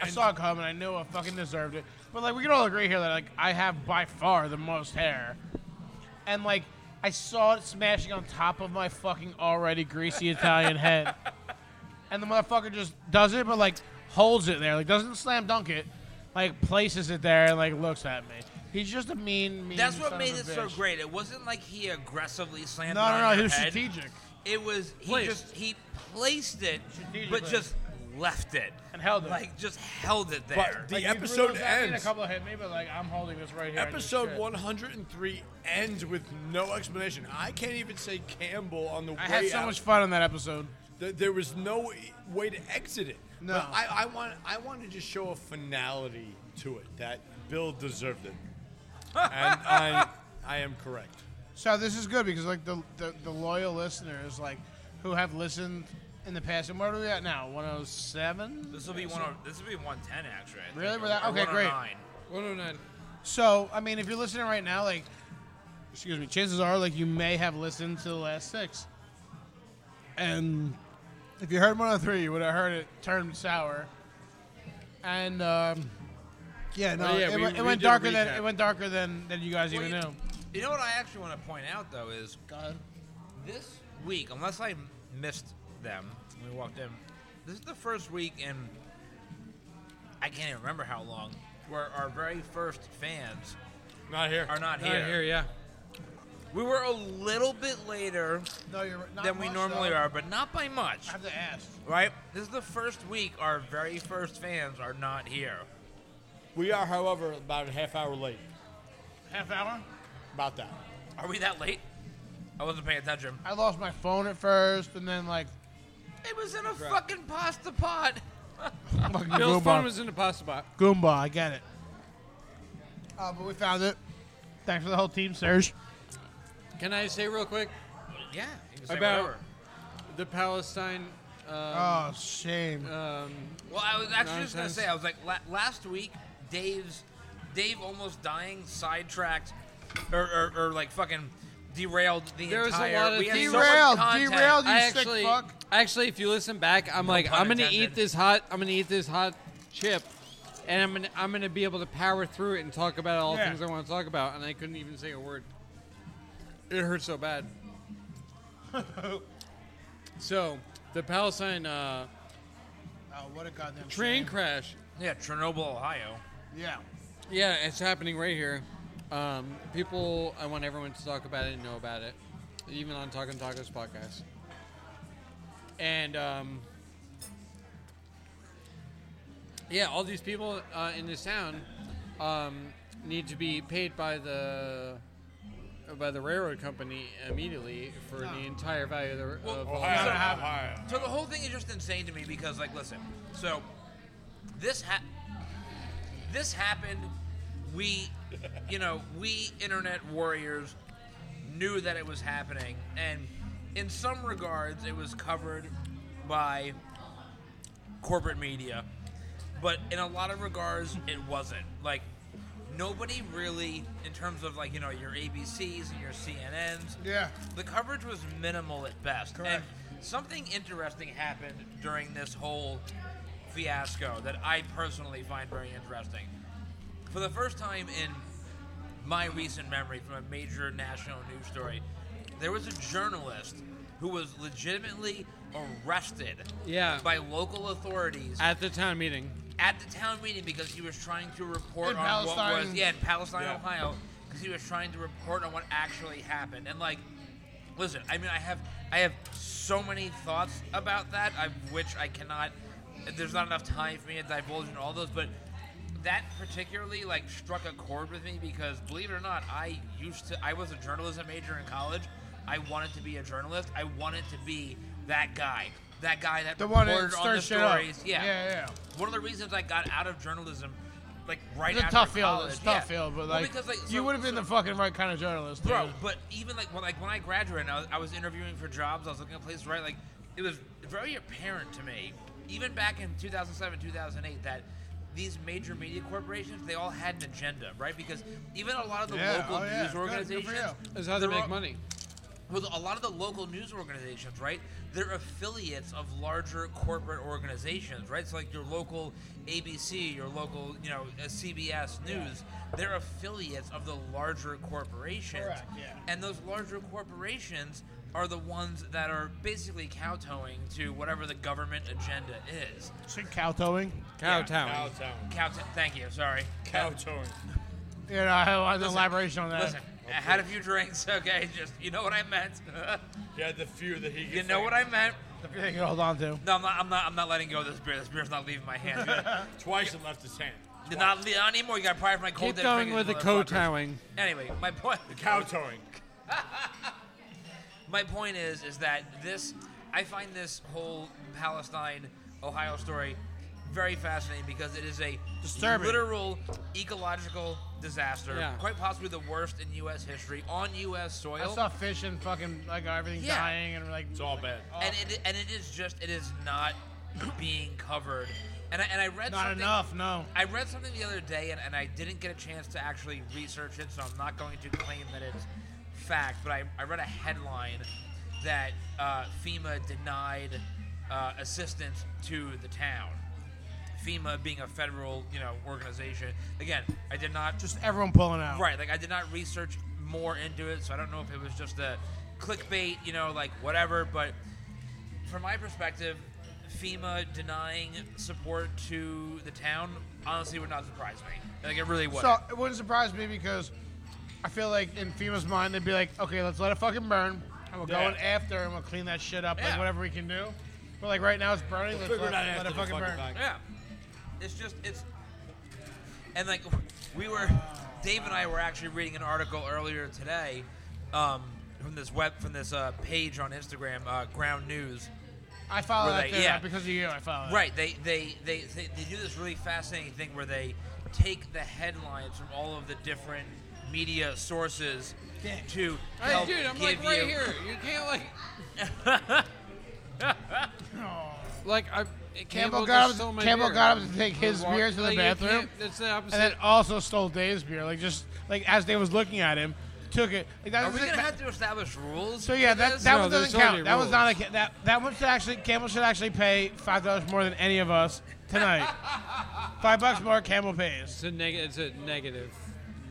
Speaker 5: I saw it coming. I knew I fucking deserved it. But like we can all agree here that like I have by far the most hair, and like I saw it smashing on top of my fucking already greasy
Speaker 4: [laughs]
Speaker 5: Italian head, and the motherfucker just does it, but like holds it there, like doesn't slam dunk it, like places it there and like looks at me. He's just a mean, mean.
Speaker 4: That's what
Speaker 5: son
Speaker 4: made
Speaker 5: of a
Speaker 4: it so
Speaker 5: bitch.
Speaker 4: great. It wasn't like he aggressively slammed.
Speaker 5: No,
Speaker 4: it
Speaker 5: no,
Speaker 4: on
Speaker 5: no.
Speaker 4: your
Speaker 5: He was
Speaker 4: head.
Speaker 5: strategic
Speaker 4: It was he
Speaker 5: Placed.
Speaker 4: just he placed it,
Speaker 5: Strategically.
Speaker 4: but just left it
Speaker 5: and held it.
Speaker 4: like just held it there.
Speaker 2: But the
Speaker 5: Like, you threw
Speaker 2: episode
Speaker 5: those at me and
Speaker 2: ends.
Speaker 5: A couple of hit me, but like I'm holding this right here. I need
Speaker 2: Episode
Speaker 5: shit.
Speaker 2: 103 ends with no explanation. I can't even say Campbell on the way
Speaker 5: I had so
Speaker 2: out.
Speaker 5: much fun on that episode.
Speaker 2: Th- There was no e- way to exit it.
Speaker 5: No.
Speaker 2: But I, I want I wanted to show a finality to it that Bill deserved it, and I I am correct.
Speaker 5: So this is good because like the the, the loyal listeners like who have listened in the past. And what are we at now? One oh seven.
Speaker 4: this will be one. of- This will be one ten actually. I think,
Speaker 5: Really?
Speaker 4: or- oh
Speaker 5: We're that-
Speaker 4: or
Speaker 5: okay, great.
Speaker 4: 109.
Speaker 3: 109.
Speaker 5: So I mean, if you're listening right now, like, excuse me, chances are like you may have listened to the last six. And if you heard one oh three, you would have heard it turned sour. And um, yeah, no,
Speaker 2: Oh, yeah,
Speaker 5: it,
Speaker 2: we-
Speaker 5: went, it
Speaker 2: we
Speaker 5: went
Speaker 2: did a
Speaker 5: darker than
Speaker 2: recap.
Speaker 5: it went darker than, than you guys
Speaker 4: Well,
Speaker 5: even
Speaker 4: you-
Speaker 5: knew.
Speaker 4: You know what I actually want to point out though is
Speaker 5: God.
Speaker 4: this week, unless I m- missed them when we walked in, this is the first week in I can't even remember how long where our very first fans
Speaker 2: Not here.
Speaker 4: are not
Speaker 3: Not
Speaker 4: here.
Speaker 3: here, yeah.
Speaker 4: We were a little bit later
Speaker 5: No, you're right. Not
Speaker 4: than we
Speaker 5: much,
Speaker 4: normally
Speaker 5: though.
Speaker 4: are, but not by much.
Speaker 5: I have to ask.
Speaker 4: Right? This is the first week our very first fans are not here.
Speaker 2: We are, however, about a half hour late.
Speaker 5: Half hour.
Speaker 2: About that.
Speaker 4: Are we that late? I wasn't paying attention.
Speaker 5: I lost my phone at first, and then like
Speaker 4: It was in a fucking pasta pot.
Speaker 5: fucking
Speaker 3: Bill's
Speaker 5: Goomba.
Speaker 3: phone was in the pasta box.
Speaker 5: Goomba, I get it. Uh, but we found it. Thanks for the whole team, Serge.
Speaker 3: Can I say real quick
Speaker 4: Yeah. You can say
Speaker 3: About-
Speaker 4: whatever.
Speaker 3: the Palestine? Um,
Speaker 5: Oh, shame.
Speaker 4: uh,
Speaker 3: um,
Speaker 4: Well, I was actually just gonna
Speaker 3: Nonsense.
Speaker 4: say I was like la- last week, Dave's Dave almost dying sidetracked, or, or, or like fucking derailed the
Speaker 3: There was a
Speaker 4: entire.
Speaker 3: lot of
Speaker 4: we had so much
Speaker 5: Derailed,
Speaker 4: content.
Speaker 5: derailed. You
Speaker 3: I
Speaker 5: sick
Speaker 3: actually,
Speaker 5: fuck.
Speaker 3: actually, if you listen back, I'm like,
Speaker 4: pun
Speaker 3: I'm gonna
Speaker 4: intended.
Speaker 3: eat this hot, I'm gonna eat this hot chip, and I'm gonna, I'm gonna be able to power through it and talk about all the
Speaker 5: Yeah.
Speaker 3: things I want to talk about, and I couldn't even say a word. It hurt so
Speaker 5: [laughs]
Speaker 3: bad. so, the Palestine uh,
Speaker 5: oh, what a goddamn
Speaker 3: train
Speaker 5: shame.
Speaker 3: crash.
Speaker 4: Yeah, Chernobyl, Ohio.
Speaker 5: Yeah.
Speaker 3: Yeah, it's happening right here. Um, people, I want everyone to talk about it and know about it, even on Talking Tacos podcast. And um, yeah, all these people uh, in this town um, need to be paid by the by the railroad company immediately for the entire value of the. of all-
Speaker 2: Ohio,
Speaker 4: so-
Speaker 2: Ohio.
Speaker 4: So the whole thing is just insane to me because, like, listen. So this ha- this happened. We, you know, we internet warriors knew that it was happening, and in some regards, it was covered by corporate media, but in a lot of regards, it wasn't. Like nobody really, in terms of like you know your ABCs and your CNNs,
Speaker 5: Yeah.
Speaker 4: the coverage was minimal at best.
Speaker 5: Correct.
Speaker 4: And something interesting happened during this whole fiasco that I personally find very interesting. For the first time in my recent memory from a major national news story, there was a journalist who was legitimately arrested
Speaker 3: yeah,
Speaker 4: by local authorities
Speaker 3: at the town meeting.
Speaker 4: at the town meeting because he was trying to report
Speaker 5: In
Speaker 4: on what
Speaker 5: Palestine.
Speaker 4: was yeah in Palestine,
Speaker 2: Yeah.
Speaker 4: Ohio, because he was trying to report on what actually happened. And like, listen, I mean, I have I have so many thoughts about that, of which I cannot. There's not enough time for me to divulge in all those, but that particularly like struck a chord with me because believe it or not, I used to I was a journalism major in college. I wanted to be a journalist. I wanted to be that guy. That guy that
Speaker 5: The one that
Speaker 4: reported on the
Speaker 5: starts shit up.
Speaker 4: stories. Yeah.
Speaker 5: Yeah, yeah.
Speaker 4: One of the reasons I got out of journalism, like right
Speaker 5: It's a
Speaker 4: after
Speaker 5: tough field.
Speaker 4: college,
Speaker 5: It's a tough
Speaker 4: yeah.
Speaker 5: field,
Speaker 4: Well,
Speaker 5: but like,
Speaker 4: because, like,
Speaker 5: you
Speaker 4: so-
Speaker 5: would have been
Speaker 4: so-
Speaker 5: the fucking right kind of journalist, dude.
Speaker 4: bro. But even like when, like when I graduated, and I was, I was interviewing for jobs. I was looking at places, right? Like it was very apparent to me, even back in 2007, 2008, that these major media corporations they all had an agenda, right? Because even a lot of the
Speaker 5: Yeah,
Speaker 4: local
Speaker 5: oh, yeah. Good-
Speaker 4: news
Speaker 5: good for
Speaker 4: organizations,
Speaker 5: you.
Speaker 3: Is how they
Speaker 4: they're
Speaker 3: make
Speaker 4: all-
Speaker 3: money.
Speaker 4: with a lot of the local news organizations, right? They're affiliates of larger corporate organizations, right? So like your local ABC, your local, you know, uh, CBS News, they're affiliates of the larger corporations.
Speaker 5: Correct, yeah.
Speaker 4: And those larger corporations are the ones that are basically kowtowing to whatever the government agenda is.
Speaker 5: Shit, cow towing.
Speaker 3: Cow
Speaker 4: Yeah,
Speaker 3: town.
Speaker 2: Ohio town.
Speaker 4: Kowtow, thank you, sorry.
Speaker 2: Cow towing.
Speaker 5: You know, [laughs] I want an elaboration on that.
Speaker 4: Listen, I had a few drinks, [laughs] okay? Just, you know what I meant. [laughs]
Speaker 2: Yeah, the fear that he gets.
Speaker 4: you know what I meant.
Speaker 5: If you can hold on to.
Speaker 4: No, I'm not. I'm not. I'm not letting go of this beer. This beer's not leaving my hands.
Speaker 2: Twice it left his hand.
Speaker 4: Did not, not anymore. You got prior from my cold.
Speaker 3: Keep
Speaker 4: dead
Speaker 3: going with
Speaker 4: fingers,
Speaker 3: the
Speaker 4: motherfuckers.
Speaker 3: co-towing.
Speaker 4: Anyway, my point.
Speaker 2: Cow towing.
Speaker 4: My point is, is that this. I find this whole Palestine, Ohio story very fascinating because it is a
Speaker 5: Disturbing.
Speaker 4: literal ecological disaster,
Speaker 3: Yeah.
Speaker 4: quite possibly the worst in U.S. history on U.S.
Speaker 5: I
Speaker 4: soil.
Speaker 5: saw fish and fucking like everything
Speaker 4: Yeah.
Speaker 5: dying and like.
Speaker 2: It's all bad.
Speaker 4: and it and it is just it is not being covered. And I, and I read
Speaker 5: Not
Speaker 4: something,
Speaker 5: enough. No.
Speaker 4: I read something the other day, and, and I didn't get a chance to actually research it, so I'm not going to claim that it's fact. But I, I read a headline that uh, FEMA denied uh, assistance to the town. FEMA being a federal, you know, organization. Again, I did not
Speaker 5: Just everyone pulling out.
Speaker 4: Right. Like I did not research more into it, so I don't know if it was just a clickbait, you know, like whatever. But from my perspective, FEMA denying support to the town honestly would not surprise me. Like it really would.
Speaker 5: So it wouldn't surprise me because I feel like in FEMA's mind they'd be like, okay, let's let it fucking burn, and we'll
Speaker 2: Yeah.
Speaker 5: go in after and we'll clean that shit up,
Speaker 4: Yeah.
Speaker 5: like whatever we can do. But like right now it's burning. let's
Speaker 2: Figure
Speaker 5: let,
Speaker 2: it out
Speaker 5: let
Speaker 2: after
Speaker 5: it
Speaker 2: the
Speaker 5: fucking,
Speaker 2: fucking
Speaker 5: burn.
Speaker 2: fact.
Speaker 4: yeah. It's just it's and like we were Dave and I were actually reading an article earlier today um, from this web from this uh, page on Instagram, uh, Ground News.
Speaker 5: I follow
Speaker 4: Were
Speaker 5: that
Speaker 4: they-
Speaker 5: theory
Speaker 4: yeah.
Speaker 5: not because of you. I follow. that.
Speaker 4: Right. They they, they they they do this really fascinating thing where they take the headlines from all of the different media sources to
Speaker 3: Hey,
Speaker 4: help
Speaker 3: dude, I'm
Speaker 4: give
Speaker 3: like right
Speaker 4: you.
Speaker 3: here. You can't like.
Speaker 4: [laughs]
Speaker 3: like I.
Speaker 5: Campbell
Speaker 3: Campbell,
Speaker 5: got
Speaker 3: just
Speaker 5: up-
Speaker 3: stole my
Speaker 5: Campbell
Speaker 3: beer.
Speaker 5: got up to take his
Speaker 3: Walk-
Speaker 5: beer to the
Speaker 3: like, you
Speaker 5: bathroom,
Speaker 3: can't- That's the opposite.
Speaker 5: And then also stole Dave's beer. Like just like as Dave was looking at him, took it. Like, that
Speaker 4: Are
Speaker 5: was
Speaker 4: we
Speaker 5: it.
Speaker 4: gonna
Speaker 5: That-
Speaker 4: have to establish rules?
Speaker 5: So yeah,
Speaker 4: for
Speaker 5: that,
Speaker 4: this?
Speaker 5: that
Speaker 3: No,
Speaker 5: one
Speaker 3: there's
Speaker 5: doesn't count.
Speaker 3: only
Speaker 5: That was
Speaker 3: rules.
Speaker 5: not a that that one should actually Campbell should actually pay five dollars more than any of us
Speaker 4: [laughs]
Speaker 5: tonight. five bucks more, Campbell pays
Speaker 3: It's a negative. It's a negative.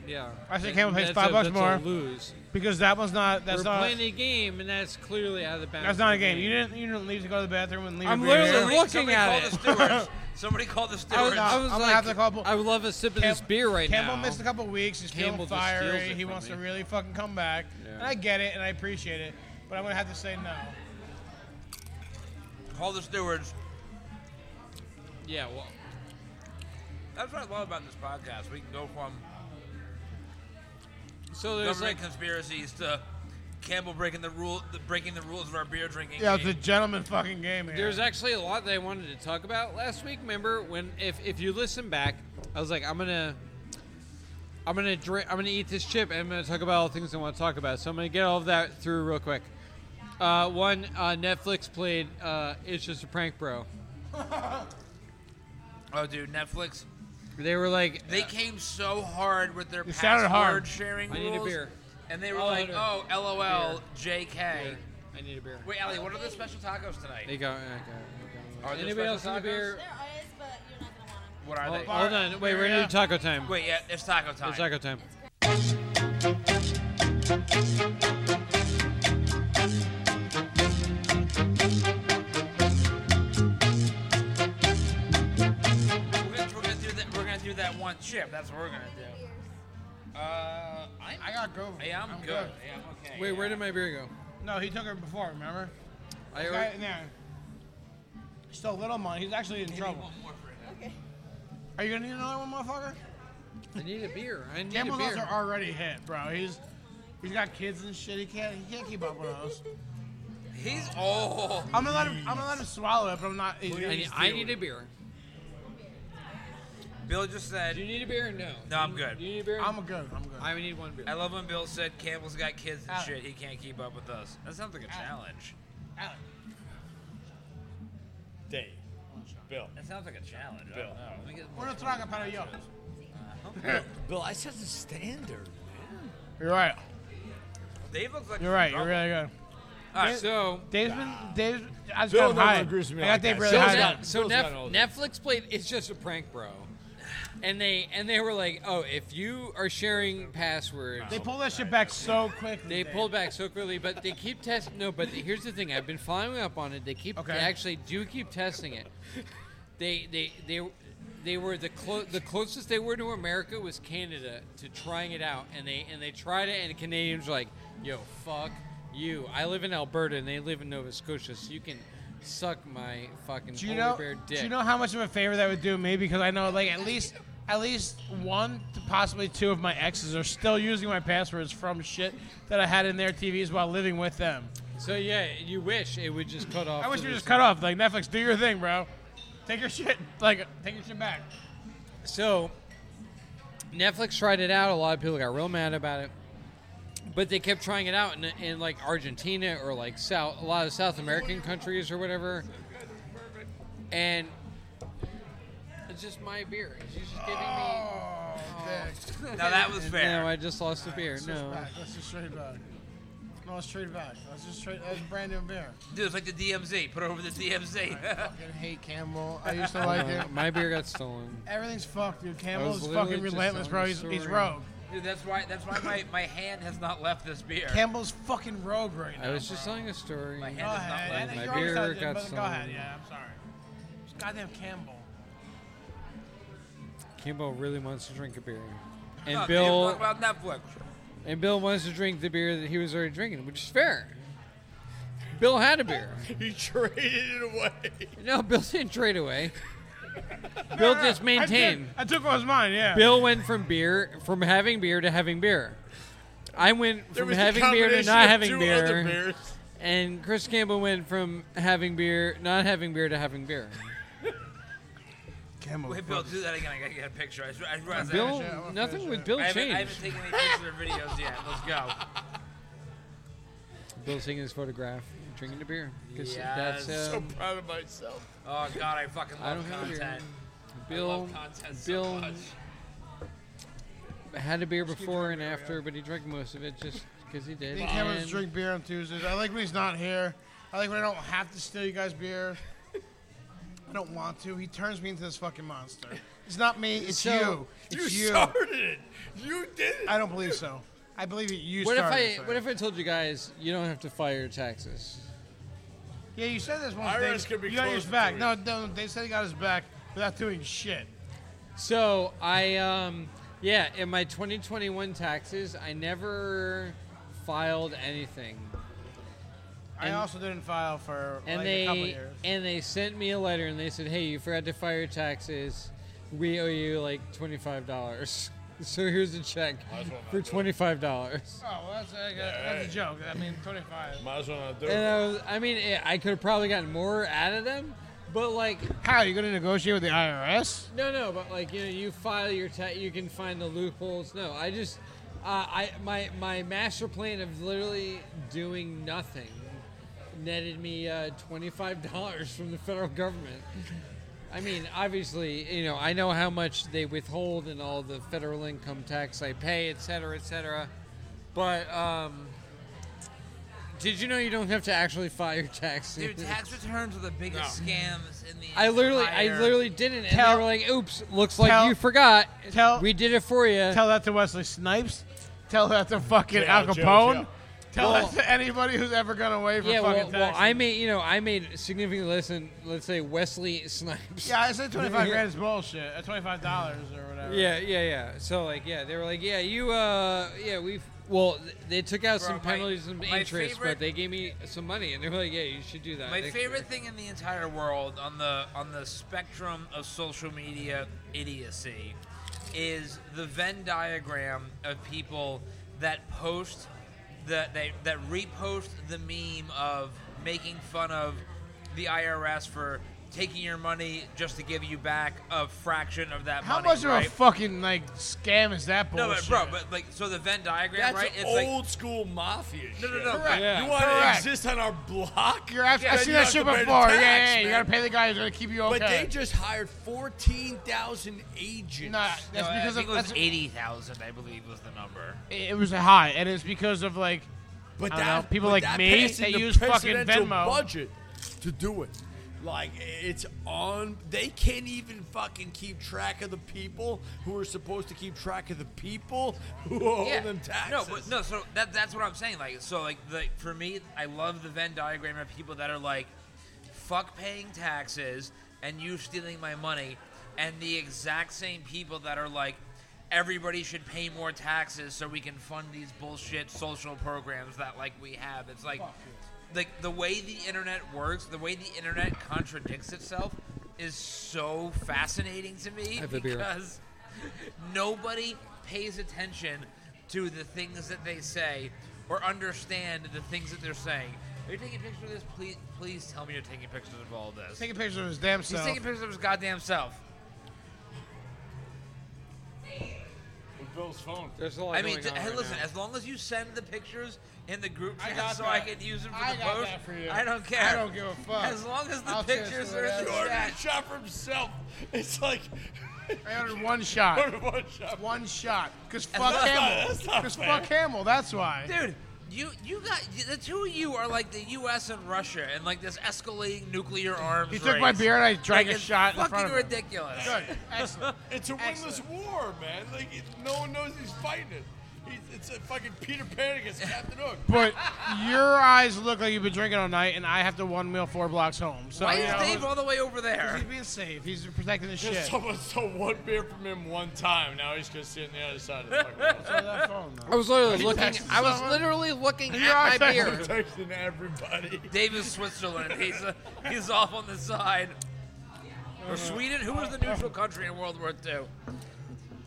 Speaker 3: Yeah.
Speaker 5: I think
Speaker 3: That-
Speaker 5: Campbell pays
Speaker 3: that's
Speaker 5: five
Speaker 3: a-
Speaker 5: bucks
Speaker 3: that's a
Speaker 5: more.
Speaker 3: lose.
Speaker 5: because that one's not that's
Speaker 3: We're
Speaker 5: not
Speaker 3: playing a game, and that's clearly out of the bounds.
Speaker 5: that's not a
Speaker 3: of the
Speaker 5: game. You didn't you didn't leave to go to the bathroom and leave.
Speaker 3: I'm
Speaker 5: your beer
Speaker 3: literally-
Speaker 5: there.
Speaker 4: Somebody-
Speaker 3: looking
Speaker 4: somebody
Speaker 3: at
Speaker 4: call
Speaker 3: [laughs]
Speaker 4: The stewards. somebody call the
Speaker 3: I was,
Speaker 4: stewards.
Speaker 3: I was
Speaker 5: I'm
Speaker 3: like,
Speaker 5: gonna have to call-
Speaker 3: I would love a sip of this
Speaker 5: Camp-
Speaker 3: beer right
Speaker 5: Campbell
Speaker 3: now.
Speaker 5: missed a couple weeks. He's
Speaker 3: Campbell
Speaker 5: feeling
Speaker 3: just steals it
Speaker 5: fiery. He
Speaker 3: from
Speaker 5: wants
Speaker 3: me.
Speaker 5: to really fucking come back,
Speaker 3: Yeah.
Speaker 5: and I get it, and I appreciate it. But I'm gonna have to say no.
Speaker 4: Call the stewards.
Speaker 3: Yeah. Well,
Speaker 4: That's what I love about this podcast. We can go from
Speaker 3: so there's
Speaker 4: government
Speaker 3: like
Speaker 4: conspiracies to Campbell breaking the rule, the, breaking the rules of our beer drinking.
Speaker 5: Yeah, it's
Speaker 4: game.
Speaker 5: a gentleman fucking game here.
Speaker 3: There's actually a lot that I wanted to talk about last week. Remember when, if if you listen back, I was like, I'm gonna, I'm gonna drink, I'm gonna eat this chip, and I'm gonna talk about all the things I want to talk about. So I'm gonna get all of that through real quick. Uh, one, uh, Netflix played uh, "It's Just a Prank, Bro."
Speaker 4: oh, dude, Netflix.
Speaker 3: They were like, uh,
Speaker 4: They came so hard with their
Speaker 5: It
Speaker 4: password
Speaker 5: sounded hard.
Speaker 4: sharing
Speaker 3: I
Speaker 4: rules.
Speaker 3: need a beer.
Speaker 4: And they were
Speaker 3: I'll
Speaker 4: like,
Speaker 3: order.
Speaker 4: "Oh, LOL, JK."
Speaker 3: "Beer. I need a beer.
Speaker 4: Wait, Ali, what are the special tacos tonight?
Speaker 3: They go. Okay,
Speaker 4: Are there
Speaker 3: Anybody else
Speaker 4: special
Speaker 3: need a
Speaker 4: tacos?
Speaker 3: beer?
Speaker 6: There is, but you're not gonna want them.
Speaker 4: What are
Speaker 3: Hold,
Speaker 4: they?
Speaker 3: hold on. Wait, we're gonna do taco time.
Speaker 4: Wait, yeah, it's taco time.
Speaker 3: It's taco time.
Speaker 4: We're gonna, we're gonna do that. We're gonna do that one chip. That's what we're gonna do. Uh, I'm,
Speaker 5: I got go.
Speaker 4: hey, I'm, good. Hey, I'm okay.
Speaker 3: Wait,
Speaker 4: yeah.
Speaker 3: where did my beer go?
Speaker 5: No, he took her before. Remember?
Speaker 3: I
Speaker 5: Guy in there. Still little money. He's actually in trouble. Are you gonna need another one, motherfucker?
Speaker 3: I need a beer. I need
Speaker 5: Campbell's
Speaker 3: a beer.
Speaker 5: also already hit, bro. He's he's got kids and shit. He can't he can't keep up with us.
Speaker 4: He's oh.
Speaker 5: I'm gonna let him. I'm gonna let him swallow it, but I'm not. He's,
Speaker 3: I need, I need a beer.
Speaker 4: Bill just
Speaker 3: Do you
Speaker 4: said.
Speaker 3: need a beer? No.
Speaker 4: No, I'm good.
Speaker 3: Do you need a beer?
Speaker 5: I'm good. I'm good.
Speaker 3: I would need one beer.
Speaker 4: I love when Bill said Campbell's got kids and
Speaker 5: Ow.
Speaker 4: shit. He can't keep up with us. That sounds like a challenge.
Speaker 5: Alec,
Speaker 2: Dave. Bill.
Speaker 4: That sounds like a challenge. I
Speaker 2: Bill.
Speaker 4: don't know. Let me get-
Speaker 5: we're not talking about yo.
Speaker 3: [laughs]
Speaker 2: Bill, I set the standard.
Speaker 5: You're right.
Speaker 4: Dave looks like
Speaker 5: You're right. You're
Speaker 4: he's
Speaker 5: really good.
Speaker 4: All right,
Speaker 3: So,
Speaker 5: Dave's been. Dave's. I just
Speaker 2: Bill
Speaker 5: got him
Speaker 2: never
Speaker 5: high.
Speaker 2: agrees with me
Speaker 5: I got
Speaker 2: like
Speaker 5: Dave
Speaker 2: that.
Speaker 5: really
Speaker 3: so,
Speaker 2: Bill's
Speaker 5: high.
Speaker 3: Net-
Speaker 2: got-
Speaker 3: so
Speaker 2: Bill's
Speaker 3: Nef-
Speaker 2: got all the-
Speaker 3: Netflix played "It's Just a Prank, Bro," and they and they were like, "Oh, if you are sharing passwords."
Speaker 5: They pulled that shit back so quick.
Speaker 3: They pulled back so quickly, but they keep testing. No, but here's the thing: I've been following up on it. They keep,
Speaker 5: Okay.
Speaker 3: they actually do keep testing it. They, they, they, they were the clo- the closest they were to America was Canada to trying it out, and they and they tried it, and the Canadians were like, "Yo, fuck you! I live in Alberta, and they live in Nova Scotia, so you can suck my fucking
Speaker 5: Do you
Speaker 3: polar
Speaker 5: know?
Speaker 3: bear dick."
Speaker 5: Do you know how much of a favor that would do me? Because I know, like, at least at least one to possibly two of my exes are still using my passwords from shit that I had in their TVs while living with them.
Speaker 3: so yeah, you wish it would just cut off.
Speaker 5: I wish
Speaker 3: to
Speaker 5: you
Speaker 3: the
Speaker 5: just
Speaker 3: side.
Speaker 5: cut off. Like Netflix, do your thing, bro. Take your shit. Like, take your shit back.
Speaker 3: So Netflix tried it out. A lot of people got real mad about it, but they kept trying it out in, in like Argentina or like South, a lot of South American countries or whatever. And it's just my beer. She's just giving me.
Speaker 5: Oh,
Speaker 4: now that was fair.
Speaker 3: No, I just lost a beer. No,
Speaker 5: That's just straight back. No, it's straight back. That's just straight. That's brand new beer.
Speaker 4: Dude, it's like the DMZ. Put it [laughs] over the DMZ.
Speaker 5: fucking hate Campbell. I used to like it.
Speaker 3: Uh, my beer got stolen.
Speaker 5: Everything's fucked, dude.
Speaker 3: I was
Speaker 5: Campbell's
Speaker 3: literally
Speaker 5: fucking
Speaker 3: just
Speaker 5: relentless,
Speaker 3: on
Speaker 5: bro.
Speaker 3: the
Speaker 5: He's, he's
Speaker 3: story.
Speaker 5: rogue.
Speaker 4: Dude, that's why that's why my, my hand has not left this beer.
Speaker 5: Campbell's fucking rogue right now.
Speaker 3: I was just telling a story.
Speaker 4: My hand
Speaker 5: Go
Speaker 4: is not
Speaker 5: ahead.
Speaker 4: left.
Speaker 3: My
Speaker 5: You're always
Speaker 3: beer
Speaker 5: telling-
Speaker 3: got
Speaker 5: but Go ahead.
Speaker 3: stolen.
Speaker 5: Yeah, I'm sorry. It's goddamn Campbell.
Speaker 3: Kimbo really wants to drink a beer,
Speaker 4: Look,
Speaker 3: and
Speaker 4: people
Speaker 3: Bill
Speaker 4: talk about Netflix.
Speaker 3: and Bill wants to drink the beer that he was already drinking, which is fair. Bill had a beer.
Speaker 2: [laughs] He traded it away.
Speaker 3: No, Bill didn't trade away. Bill just maintained.
Speaker 5: I took what was mine. Yeah.
Speaker 3: Bill went from beer from having beer to having beer. I went
Speaker 2: There
Speaker 3: from
Speaker 2: was
Speaker 3: having
Speaker 2: a
Speaker 3: beer to
Speaker 2: combination
Speaker 3: not
Speaker 2: of
Speaker 3: having
Speaker 2: two
Speaker 3: beer,
Speaker 2: Other beers.
Speaker 3: and Chris Campbell went from having beer, not having beer, to having beer.
Speaker 5: Campbell.
Speaker 4: Wait, Bill, do that again. I gotta get a picture. I, swear- I, realize I
Speaker 3: Bill,
Speaker 4: haven't-
Speaker 5: I'm
Speaker 3: nothing
Speaker 5: finished,
Speaker 3: with Bill
Speaker 4: I haven't, I
Speaker 3: changed.
Speaker 4: haven't taken any pictures or videos yet. Let's go.
Speaker 3: Bill taking his photograph, drinking a beer. 'Cause
Speaker 4: Yes.
Speaker 3: that's uh,
Speaker 2: So proud of myself.
Speaker 4: Oh God, I fucking
Speaker 3: I
Speaker 4: love
Speaker 3: don't have a beer.
Speaker 4: content. I
Speaker 3: Bill
Speaker 4: love content so
Speaker 3: Bill
Speaker 4: much.
Speaker 3: had a beer before and after, but he drank most of it just because he did.
Speaker 5: I think Cameron's
Speaker 3: And
Speaker 5: drink beer on Tuesdays. I like when he's not here. I like when I don't have to steal you guys beer. I don't want to. He turns me into this fucking monster. It's not me. It's
Speaker 3: So-
Speaker 5: you.
Speaker 2: You,
Speaker 5: It's you.
Speaker 2: started it. You did it.
Speaker 5: I don't believe so. I believe it. You
Speaker 3: What if
Speaker 5: started
Speaker 3: I
Speaker 5: this,
Speaker 3: what if I told you guys you don't have to fire taxes?
Speaker 5: Yeah, you said this once.
Speaker 2: IRS
Speaker 5: Dave.
Speaker 2: could be
Speaker 5: you got
Speaker 2: closed
Speaker 5: his
Speaker 2: in
Speaker 5: back.
Speaker 2: two
Speaker 5: No, no, they said he got his back without doing shit.
Speaker 3: So I, um, yeah, in my 2021 taxes, I never filed anything,
Speaker 5: I
Speaker 3: And-
Speaker 5: also didn't file for
Speaker 3: and
Speaker 5: like a couple
Speaker 3: they
Speaker 5: years.
Speaker 3: and they sent me a letter and they said, "Hey, you forgot to file your taxes. We owe you like twenty-five dollars. [laughs] So here's a check
Speaker 2: as well not do
Speaker 3: for
Speaker 2: it.
Speaker 3: twenty-five dollars."
Speaker 5: Oh, well, that's, like a, that's a joke. I mean, 25.
Speaker 2: Might as well not do
Speaker 3: And
Speaker 5: uh,
Speaker 2: it.
Speaker 3: I, was, I mean, eh, I could have probably gotten more out of them, but like,
Speaker 5: How you going to negotiate with the IRS?
Speaker 3: no, no, but like, you know, you file your ta- you can find the loopholes. No, I just, uh, I my my master plan of literally doing nothing netted me uh, twenty five dollars from the federal government. I mean, obviously, you know, I know how much they withhold and all the federal income tax I pay, et cetera, et cetera. But um, did you know you don't have to actually file your taxes?
Speaker 4: Dude, tax returns are the biggest scams in the.
Speaker 3: I literally, I
Speaker 4: entire-
Speaker 3: literally didn't, and
Speaker 5: Tell-
Speaker 3: they were like, "Oops, looks
Speaker 5: tell-
Speaker 3: like you forgot.
Speaker 5: tell-
Speaker 3: we did it for you."
Speaker 5: Tell that to Wesley Snipes. Tell that to fucking
Speaker 2: Jail,
Speaker 5: Al
Speaker 2: jail,
Speaker 5: Capone.
Speaker 2: jail.
Speaker 5: Tell
Speaker 3: Well-
Speaker 5: that to anybody who's ever gone away for
Speaker 3: yeah, well,
Speaker 5: fucking
Speaker 3: well,
Speaker 5: taxes.
Speaker 3: I made, you know, I made significantly less than, let's say, Wesley Snipes.
Speaker 5: yeah, I said 25 grand is bullshit. Uh, $25 or whatever.
Speaker 3: yeah, yeah, yeah. So like, yeah, they were like, "Yeah, you, uh, yeah, we've." Well, th- they took out
Speaker 4: Bro,
Speaker 3: some
Speaker 4: my-
Speaker 3: penalties and
Speaker 4: my
Speaker 3: interest,
Speaker 4: favorite-
Speaker 3: but they gave me some money, and they were like, "Yeah, you should do that."
Speaker 4: My
Speaker 3: next
Speaker 4: favorite
Speaker 3: year."
Speaker 4: thing in the entire world on the on the spectrum of social media idiocy is the Venn diagram of people that post that they that repost the meme of making fun of the IRS for taking your money just to give you back a fraction of that
Speaker 5: How
Speaker 4: money.
Speaker 5: much
Speaker 4: right?
Speaker 5: of a fucking like scam is that
Speaker 4: no,
Speaker 5: bullshit?
Speaker 4: but bro, but like so the Venn diagram,
Speaker 2: That's
Speaker 4: right? It's
Speaker 2: old
Speaker 4: like
Speaker 2: school mafia.
Speaker 4: no, no,
Speaker 2: shit.
Speaker 4: no.
Speaker 5: Correct.
Speaker 3: Yeah.
Speaker 2: You want
Speaker 5: Correct.
Speaker 2: to exist on our block?
Speaker 5: You're after,
Speaker 2: Then
Speaker 5: I've seen
Speaker 2: you
Speaker 5: that
Speaker 2: have
Speaker 5: shit
Speaker 2: to pay
Speaker 5: before.
Speaker 2: the
Speaker 5: yeah,
Speaker 2: tax,
Speaker 5: yeah, yeah. You
Speaker 2: man.
Speaker 5: gotta pay the guy who's gonna keep you okay.
Speaker 2: But they just hired 14,000 agents.
Speaker 5: Nah,
Speaker 4: No,
Speaker 5: that's because
Speaker 4: I think
Speaker 5: of
Speaker 4: it was
Speaker 5: that's,
Speaker 4: eighty thousand, I believe, was the number.
Speaker 5: it was a high, and it's because of like
Speaker 2: But
Speaker 5: I
Speaker 2: that,
Speaker 5: don't know, people
Speaker 2: but
Speaker 5: like
Speaker 2: that
Speaker 5: me,
Speaker 2: passed in
Speaker 5: they
Speaker 2: the
Speaker 5: use fucking
Speaker 2: presidential
Speaker 5: Venmo.
Speaker 2: budget to do it. Like it's on. They can't even fucking keep track of the people who are supposed to keep track of the people who owe them
Speaker 4: No,
Speaker 2: taxes.
Speaker 4: but no, so that that's what I'm saying. Like so like the for me, I love the Venn diagram of people that are like, fuck paying taxes and you stealing my money and the exact same people that are like everybody should pay more taxes so we can fund these bullshit social programs that like we have. It's like like the way the internet works, the way the internet contradicts itself is so fascinating to me
Speaker 3: have a beer.
Speaker 4: because nobody pays attention to the things that they say or understand the things that they're saying. Are you taking pictures of this? Please, please tell me you're taking pictures of all this.
Speaker 5: taking pictures of his damn
Speaker 4: He's
Speaker 5: self.
Speaker 4: taking pictures of his goddamn self.
Speaker 2: With Bill's phone.
Speaker 3: There's
Speaker 5: Oh,
Speaker 3: a lot
Speaker 4: I mean,
Speaker 3: going
Speaker 4: d-
Speaker 3: on
Speaker 4: hey,
Speaker 3: right
Speaker 4: listen.
Speaker 3: now.
Speaker 4: As long as you send the pictures in the group
Speaker 5: I
Speaker 4: chat
Speaker 5: got
Speaker 4: so I
Speaker 5: that.
Speaker 4: can use them for
Speaker 5: I
Speaker 4: the
Speaker 5: got
Speaker 4: post,
Speaker 5: that for you.
Speaker 4: I don't care.
Speaker 5: I don't give a fuck.
Speaker 4: As long as the
Speaker 5: I'll chase
Speaker 4: pictures
Speaker 5: you
Speaker 4: are in
Speaker 5: around.
Speaker 4: the
Speaker 2: He ordered
Speaker 4: chat.
Speaker 2: a shot for himself. It's like [laughs]
Speaker 5: I ordered one shot.
Speaker 2: ordered one shot.
Speaker 5: One shot. Cause fuck
Speaker 4: not-
Speaker 5: Hamill.
Speaker 2: that's not
Speaker 5: Cause
Speaker 2: fair.
Speaker 5: fuck Hamill. That's why.
Speaker 4: Dude, You you got the two of you are like the U.S. and Russia and like this escalating nuclear arms.
Speaker 5: He took my
Speaker 4: race.
Speaker 5: beer and I
Speaker 4: Like,
Speaker 5: drank a
Speaker 4: it's
Speaker 5: shot in
Speaker 4: Fucking
Speaker 5: front of him.
Speaker 4: ridiculous.
Speaker 5: Good. Excellent.
Speaker 2: It's a winless
Speaker 5: Excellent.
Speaker 2: war, man. Like it, no one knows he's fighting it. He's, it's a fucking Peter Pan against Captain Hook.
Speaker 5: But your eyes look like you've been drinking all night, and I have to one wheel four blocks home. So
Speaker 4: Why
Speaker 5: you
Speaker 4: is
Speaker 5: know,
Speaker 4: Dave all the way over there?
Speaker 5: He's being safe. He's protecting his shit.
Speaker 2: Just someone stole one beer from him one time. Now he's just sitting the other side of the fucking wall.
Speaker 5: That phone, though.
Speaker 7: I was literally looking.
Speaker 5: texted
Speaker 7: I was
Speaker 5: someone?
Speaker 7: literally looking
Speaker 5: You're
Speaker 7: at my
Speaker 5: texting-
Speaker 7: beer.
Speaker 2: Texting
Speaker 3: [laughs]
Speaker 2: everybody.
Speaker 4: Dave is Switzerland. He's uh, he's off on the side. Or Sweden? Who was the neutral country in World War [laughs] II?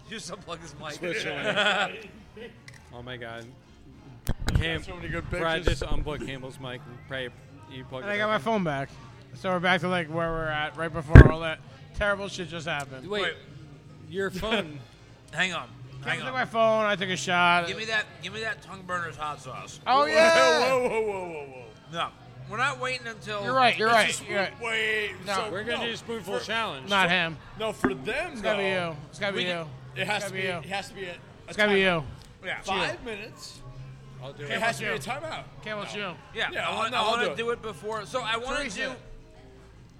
Speaker 4: Just unplug his mic.
Speaker 3: Oh my god. Cam-
Speaker 2: So many good
Speaker 3: Brad
Speaker 2: pictures.
Speaker 3: just unplugged Campbell's mic and probably you plug
Speaker 5: And
Speaker 3: it
Speaker 5: I got my
Speaker 3: back
Speaker 5: phone back. So we're back to like where we're at right before all that terrible shit just happened.
Speaker 3: Wait,
Speaker 4: Wait.
Speaker 7: [laughs]
Speaker 3: your phone.
Speaker 4: [laughs] Hang on.
Speaker 5: I
Speaker 4: Hang
Speaker 5: took
Speaker 4: on.
Speaker 5: my phone. I took a shot.
Speaker 4: Give me that. Give me that tongue burner's hot sauce.
Speaker 5: oh yeah.
Speaker 2: Whoa, whoa, whoa, whoa, whoa.
Speaker 4: No, we're not waiting until.
Speaker 5: You're right. You're
Speaker 2: It's a
Speaker 5: right.
Speaker 2: spoon-
Speaker 5: You're right.
Speaker 2: Wait.
Speaker 5: No,
Speaker 2: so-
Speaker 3: We're gonna
Speaker 2: no,
Speaker 3: do a spoonful
Speaker 2: for-
Speaker 3: challenge.
Speaker 5: Not him.
Speaker 2: No, for them
Speaker 5: It's
Speaker 2: though.
Speaker 5: gotta be you. It's gotta be
Speaker 4: We
Speaker 5: you.
Speaker 4: can-
Speaker 2: It has to
Speaker 5: It's gotta
Speaker 2: be.
Speaker 5: be you.
Speaker 2: It has to be. A, a
Speaker 5: It's gotta be
Speaker 2: timeout.
Speaker 5: you.
Speaker 4: Yeah.
Speaker 2: Five minutes.
Speaker 3: I'll do
Speaker 2: It
Speaker 3: it.
Speaker 2: has to be a
Speaker 5: it's
Speaker 2: timeout.
Speaker 5: Can't let you.
Speaker 4: Yeah.
Speaker 2: Yeah,
Speaker 4: I
Speaker 2: I'll-
Speaker 4: want.
Speaker 2: no,
Speaker 4: I
Speaker 2: I'll
Speaker 4: want
Speaker 2: do
Speaker 4: to
Speaker 2: it.
Speaker 4: do it before. So I want to
Speaker 5: Teresa.
Speaker 4: do.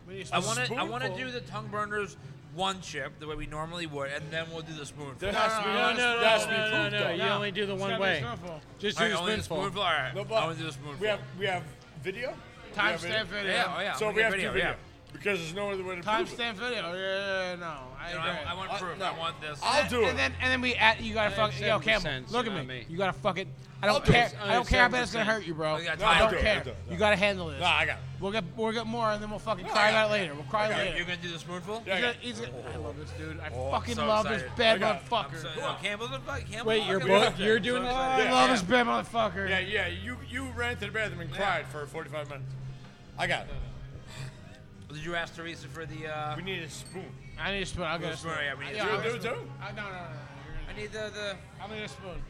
Speaker 5: We need
Speaker 4: I
Speaker 5: some-
Speaker 4: want to. I want to
Speaker 2: Spoonful.
Speaker 4: do the tongue burners one chip the way we normally would, and then we'll do the spoonful.
Speaker 2: There has to be.
Speaker 3: No, no, no,
Speaker 2: there has
Speaker 3: no,
Speaker 2: to be
Speaker 3: no, no,
Speaker 2: proof,
Speaker 3: no.
Speaker 2: though.
Speaker 3: You
Speaker 5: No.
Speaker 3: only do the
Speaker 5: It's
Speaker 3: one
Speaker 5: gotta be
Speaker 3: way.
Speaker 5: snorkel.
Speaker 3: Just
Speaker 4: All
Speaker 3: do
Speaker 4: right,
Speaker 3: the
Speaker 4: only the
Speaker 3: spoonful.
Speaker 4: spoonful. All right.
Speaker 2: No,
Speaker 4: I
Speaker 2: but
Speaker 4: want to do the spoonful.
Speaker 2: we have we have video. We have video.
Speaker 5: Timestamp video.
Speaker 4: Yeah. Oh yeah.
Speaker 2: So
Speaker 4: wanna
Speaker 2: we
Speaker 4: get
Speaker 2: have
Speaker 4: video,
Speaker 2: to video
Speaker 4: yeah.
Speaker 2: because there's no other way to prove it.
Speaker 5: Timestamp video. Yeah, yeah, yeah, no. I
Speaker 4: No,
Speaker 5: agree.
Speaker 4: I, I want
Speaker 2: Uh,
Speaker 4: proof.
Speaker 2: no.
Speaker 4: I want this.
Speaker 2: I'll do
Speaker 5: And
Speaker 2: it.
Speaker 5: then and then we at you gotta fuck yo
Speaker 3: 97%
Speaker 5: Campbell. Look at me.
Speaker 3: not me.
Speaker 5: You gotta fuck it. I don't
Speaker 2: do it.
Speaker 5: care. I don't care how bad it's gonna
Speaker 3: 97%.
Speaker 5: hurt you, bro.
Speaker 4: Oh, you gotta
Speaker 5: I
Speaker 4: time
Speaker 5: don't
Speaker 4: it.
Speaker 5: care.
Speaker 2: I'll do it, I'll do it.
Speaker 5: You gotta handle this.
Speaker 2: Nah, I got it.
Speaker 5: We'll get we'll get more and then we'll fucking
Speaker 2: No,
Speaker 5: cry
Speaker 2: I got
Speaker 5: about it later. We'll cry
Speaker 2: got it.
Speaker 5: later.
Speaker 4: You're gonna do the spoonful?
Speaker 2: Yeah, I
Speaker 5: He's
Speaker 2: got
Speaker 5: gonna,
Speaker 2: it.
Speaker 5: he's gonna, I love this dude. I
Speaker 4: Oh, I'm
Speaker 5: fucking
Speaker 4: so
Speaker 5: love this
Speaker 4: excited.
Speaker 5: bad
Speaker 2: I got it.
Speaker 4: I'm
Speaker 5: motherfucker.
Speaker 4: So, no, Campbell's a fuck. Campbell's
Speaker 3: Wait, you're
Speaker 4: fucking
Speaker 3: both-
Speaker 4: fucking-
Speaker 3: you're doing
Speaker 4: so
Speaker 3: this?
Speaker 4: excited.
Speaker 5: I
Speaker 2: Yeah,
Speaker 5: love
Speaker 2: yeah.
Speaker 5: this bad motherfucker.
Speaker 2: Yeah, yeah. You you ran to the bathroom and cried for 45 minutes. I got it.
Speaker 4: Did you ask Teresa for the? Uh,
Speaker 2: We need a spoon.
Speaker 5: I need a spoon. I'll get a spoon.
Speaker 4: Sorry, I mean,
Speaker 5: Yeah, I'll
Speaker 2: Do
Speaker 5: get
Speaker 2: it
Speaker 5: a spoon.
Speaker 2: too.
Speaker 5: I, no, no, no. no.
Speaker 4: I need the the.
Speaker 5: You're- I'm gonna get a spoon.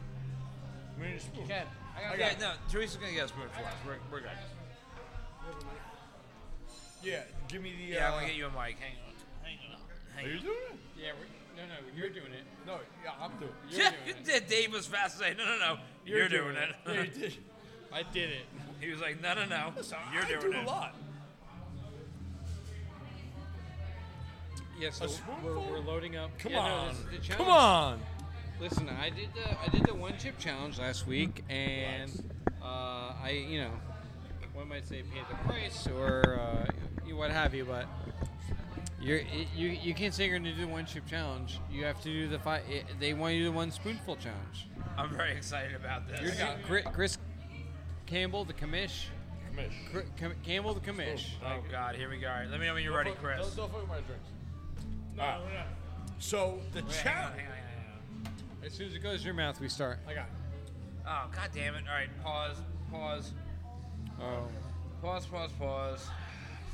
Speaker 2: We need a spoon.
Speaker 5: Ken, I gotta
Speaker 2: I
Speaker 4: Yeah,
Speaker 2: got it.
Speaker 4: no, Teresa's gonna get a spoonful. for us. We're, we're good.
Speaker 2: Yeah, give me the.
Speaker 4: Yeah, I'm
Speaker 2: uh,
Speaker 4: gonna get you a mic. Hang on.
Speaker 2: Are you doing it?
Speaker 3: Yeah, we're, no, no, you're doing it.
Speaker 2: No, yeah, I'm doing it.
Speaker 4: Yeah, [laughs] did. Dave was fast saying, no, no, no, you're, doing, it.
Speaker 2: Yeah, you did.
Speaker 3: I did it.
Speaker 4: [laughs] he was like, no, no, no, you're
Speaker 2: I
Speaker 4: doing
Speaker 2: do
Speaker 4: it.
Speaker 2: a lot.
Speaker 3: Yeah, so we're,
Speaker 2: spoonful?
Speaker 3: we're loading up.
Speaker 2: Come
Speaker 3: Yeah,
Speaker 2: on.
Speaker 3: No, this is the
Speaker 2: Come
Speaker 3: challenge.
Speaker 2: on.
Speaker 3: Listen, I did the I did the one chip challenge last week,
Speaker 2: Mm-hmm.
Speaker 3: and uh, I you know one might say pay the price or uh, you- what have you, but you're it, you you can't say you're gonna do the one chip challenge. You have to do the five. They want you to do the one spoonful challenge.
Speaker 4: I'm very excited about
Speaker 3: You're
Speaker 4: this.
Speaker 3: doing Chris, Chris Campbell the commish. Cr- Com- Campbell the commish.
Speaker 4: Oh God, here we go. All right, let me know when you're ready, Chris.
Speaker 2: Don't, don't fuck my drinks. No, So the
Speaker 4: Wait, hang on,
Speaker 2: challenge.
Speaker 4: hang on, hang on,
Speaker 3: As soon as it goes to your mouth, we start.
Speaker 2: I got. it.
Speaker 4: hang on. Oh God damn it! All right, pause, pause,
Speaker 3: Oh,
Speaker 4: pause, pause, pause.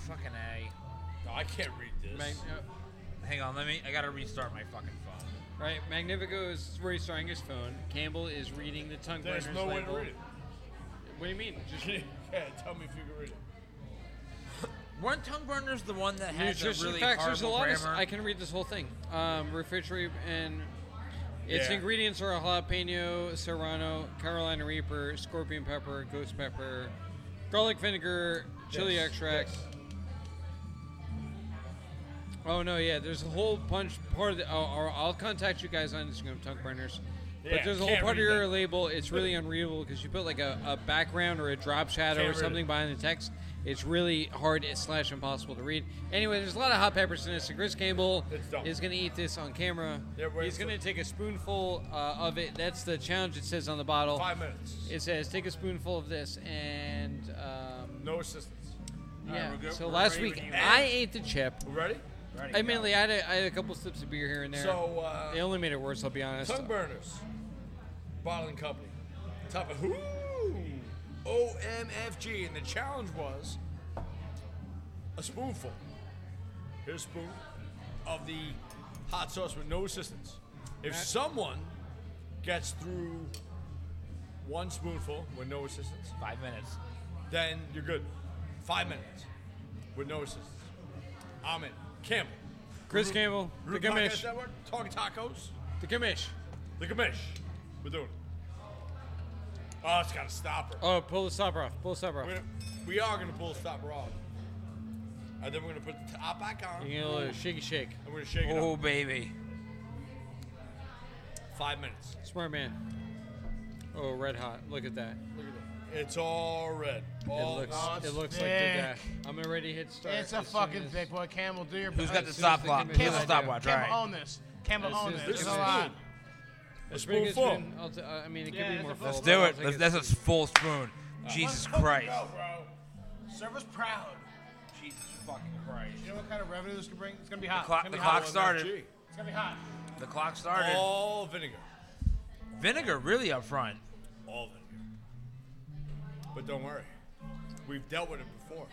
Speaker 4: Fucking a.
Speaker 2: No, I can't read this.
Speaker 3: Mag- uh,
Speaker 4: Hang on, let me. I gotta restart my fucking phone.
Speaker 3: right. Magnifico is restarting his phone. Campbell is reading the tongue
Speaker 2: There's
Speaker 3: burner's
Speaker 2: no way
Speaker 3: label.
Speaker 2: to read it.
Speaker 3: What do you mean? Just
Speaker 2: Can you- [laughs] yeah, tell me if you can read it.
Speaker 4: Weren't tongue burners the one that has
Speaker 3: nutrition
Speaker 4: a really
Speaker 3: facts. There's a
Speaker 4: horrible
Speaker 3: lot of.
Speaker 4: grammar?
Speaker 3: I can read this whole thing. Um, refrigerate and its
Speaker 2: Yeah.
Speaker 3: ingredients are jalapeno, serrano, Carolina Reaper, scorpion pepper, ghost pepper, garlic vinegar, chili
Speaker 2: Yes,
Speaker 3: extract. Oh no, yeah. There's a whole bunch part of the. Oh, or I'll contact you guys on Instagram, tongue burners.
Speaker 2: Yeah,
Speaker 3: but there's a whole
Speaker 2: can't
Speaker 3: part of
Speaker 2: read
Speaker 3: your
Speaker 2: that.
Speaker 3: label. It's really unreadable because you put like a, a background or a drop shadow
Speaker 2: Can't
Speaker 3: or
Speaker 2: read it.
Speaker 3: something behind the text. It's really hard slash impossible to read. Anyway, there's a lot of hot peppers in this. So Chris Campbell
Speaker 2: It's dumb.
Speaker 3: is going to eat this on camera.
Speaker 2: Yeah, wait,
Speaker 3: He's
Speaker 2: so-
Speaker 3: going to take a spoonful uh, of it. That's the challenge it says on the bottle.
Speaker 2: Five minutes.
Speaker 3: It says take a spoonful of this and um,
Speaker 2: No assistance.
Speaker 3: yeah.
Speaker 4: we're good.
Speaker 3: So
Speaker 4: We're
Speaker 3: last
Speaker 4: ready
Speaker 3: week
Speaker 4: when you
Speaker 3: I ate the chip.
Speaker 2: We ready?
Speaker 4: Ready, go.
Speaker 3: Admittedly, I had, a, I had a couple sips of beer here and there.
Speaker 2: So uh,
Speaker 3: they only made it worse. I'll be honest.
Speaker 2: Tongue Burners Bottling Company. Top of who? OMFG. And the challenge was a spoonful. Here's a spoon of the hot sauce with no assistance. If someone gets through one spoonful with no assistance,
Speaker 4: Five minutes.
Speaker 2: then you're good. Five minutes with no assistance. I'm in. Campbell.
Speaker 3: Chris Campbell, the
Speaker 2: Root Podcast
Speaker 3: commish,
Speaker 2: Network. Talking tacos.
Speaker 3: the commish.
Speaker 2: The commish. We're doing it. Oh, it's got a stopper.
Speaker 8: Oh, pull the stopper off. Pull the stopper off.
Speaker 2: We're gonna, we are gonna pull the stopper off. And then we're gonna put the top back on.
Speaker 8: You get a
Speaker 3: uh,
Speaker 8: little shaky shake.
Speaker 2: And we're gonna shake it
Speaker 4: Oh
Speaker 2: up.
Speaker 4: baby.
Speaker 2: Five minutes.
Speaker 8: Smart man. Oh, red hot. Look at that.
Speaker 2: Look at that. It's all red. All
Speaker 8: It looks.
Speaker 5: no, it's
Speaker 8: It looks like the
Speaker 5: thick.
Speaker 8: death. I'm already hit start.
Speaker 5: It's a
Speaker 8: as soon
Speaker 5: fucking
Speaker 8: as-
Speaker 5: thick one. Campbell, do your
Speaker 4: Who's got
Speaker 5: best.
Speaker 8: soon
Speaker 4: the
Speaker 8: as
Speaker 4: stop
Speaker 8: they
Speaker 4: clock?
Speaker 8: give
Speaker 4: Who's
Speaker 8: me
Speaker 4: got
Speaker 5: the
Speaker 4: the
Speaker 5: idea.
Speaker 4: stopwatch? All
Speaker 5: Campbell,
Speaker 4: right.
Speaker 5: own this. Campbell,
Speaker 8: As
Speaker 5: own
Speaker 8: soon as
Speaker 5: this.
Speaker 8: they
Speaker 2: This
Speaker 5: It's
Speaker 2: is
Speaker 5: a
Speaker 8: give me-
Speaker 5: lot.
Speaker 2: A
Speaker 8: Bring it
Speaker 2: spoonful.
Speaker 8: in. I'll t- I mean, it
Speaker 5: Yeah,
Speaker 8: could
Speaker 5: it's
Speaker 8: be more
Speaker 5: a
Speaker 8: full.
Speaker 5: full
Speaker 4: Let's
Speaker 8: but
Speaker 4: do
Speaker 8: I'll
Speaker 4: it.
Speaker 8: take
Speaker 4: Let's, that's a full spoon. Jesus
Speaker 5: Let's fucking
Speaker 4: Christ.
Speaker 5: Go, bro. Service proud.
Speaker 4: Jesus fucking Christ.
Speaker 5: You know what kind of revenue this could bring? It's gonna be hot.
Speaker 4: clock-
Speaker 5: it's gonna be
Speaker 4: the
Speaker 5: hot.
Speaker 4: clock started.
Speaker 2: Gee.
Speaker 5: It's gonna be hot.
Speaker 4: The clock started.
Speaker 2: All vinegar.
Speaker 4: Vinegar really up front.
Speaker 2: All vinegar. But don't worry. We've dealt with it before.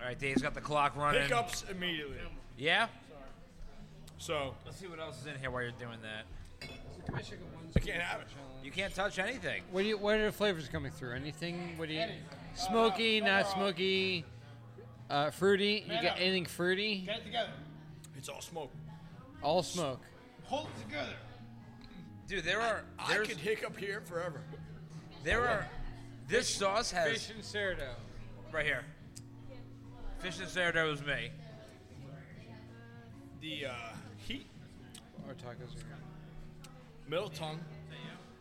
Speaker 4: All right, Dave's got the clock running.
Speaker 2: Pickups immediately.
Speaker 4: Yeah.
Speaker 2: So
Speaker 4: Let's see what else is in here while you're doing that.
Speaker 8: Can I shake it once?
Speaker 2: I can't have it.
Speaker 4: You can't touch anything.
Speaker 3: What do you? What are the flavors coming through? Anything? What do you? Smoky, not smoky, uh, fruity. You got
Speaker 5: up.
Speaker 3: anything fruity?
Speaker 5: Get it together.
Speaker 2: It's all smoke.
Speaker 3: All smoke.
Speaker 5: Hold it together.
Speaker 4: Dude, there are
Speaker 2: I
Speaker 4: there's
Speaker 2: could hiccup here forever.
Speaker 4: there are this sauce has
Speaker 8: Fish and sourdough.
Speaker 4: right here. Fish and sourdough is me.
Speaker 2: The uh, heat,
Speaker 8: Our tacos are.
Speaker 2: middle tongue,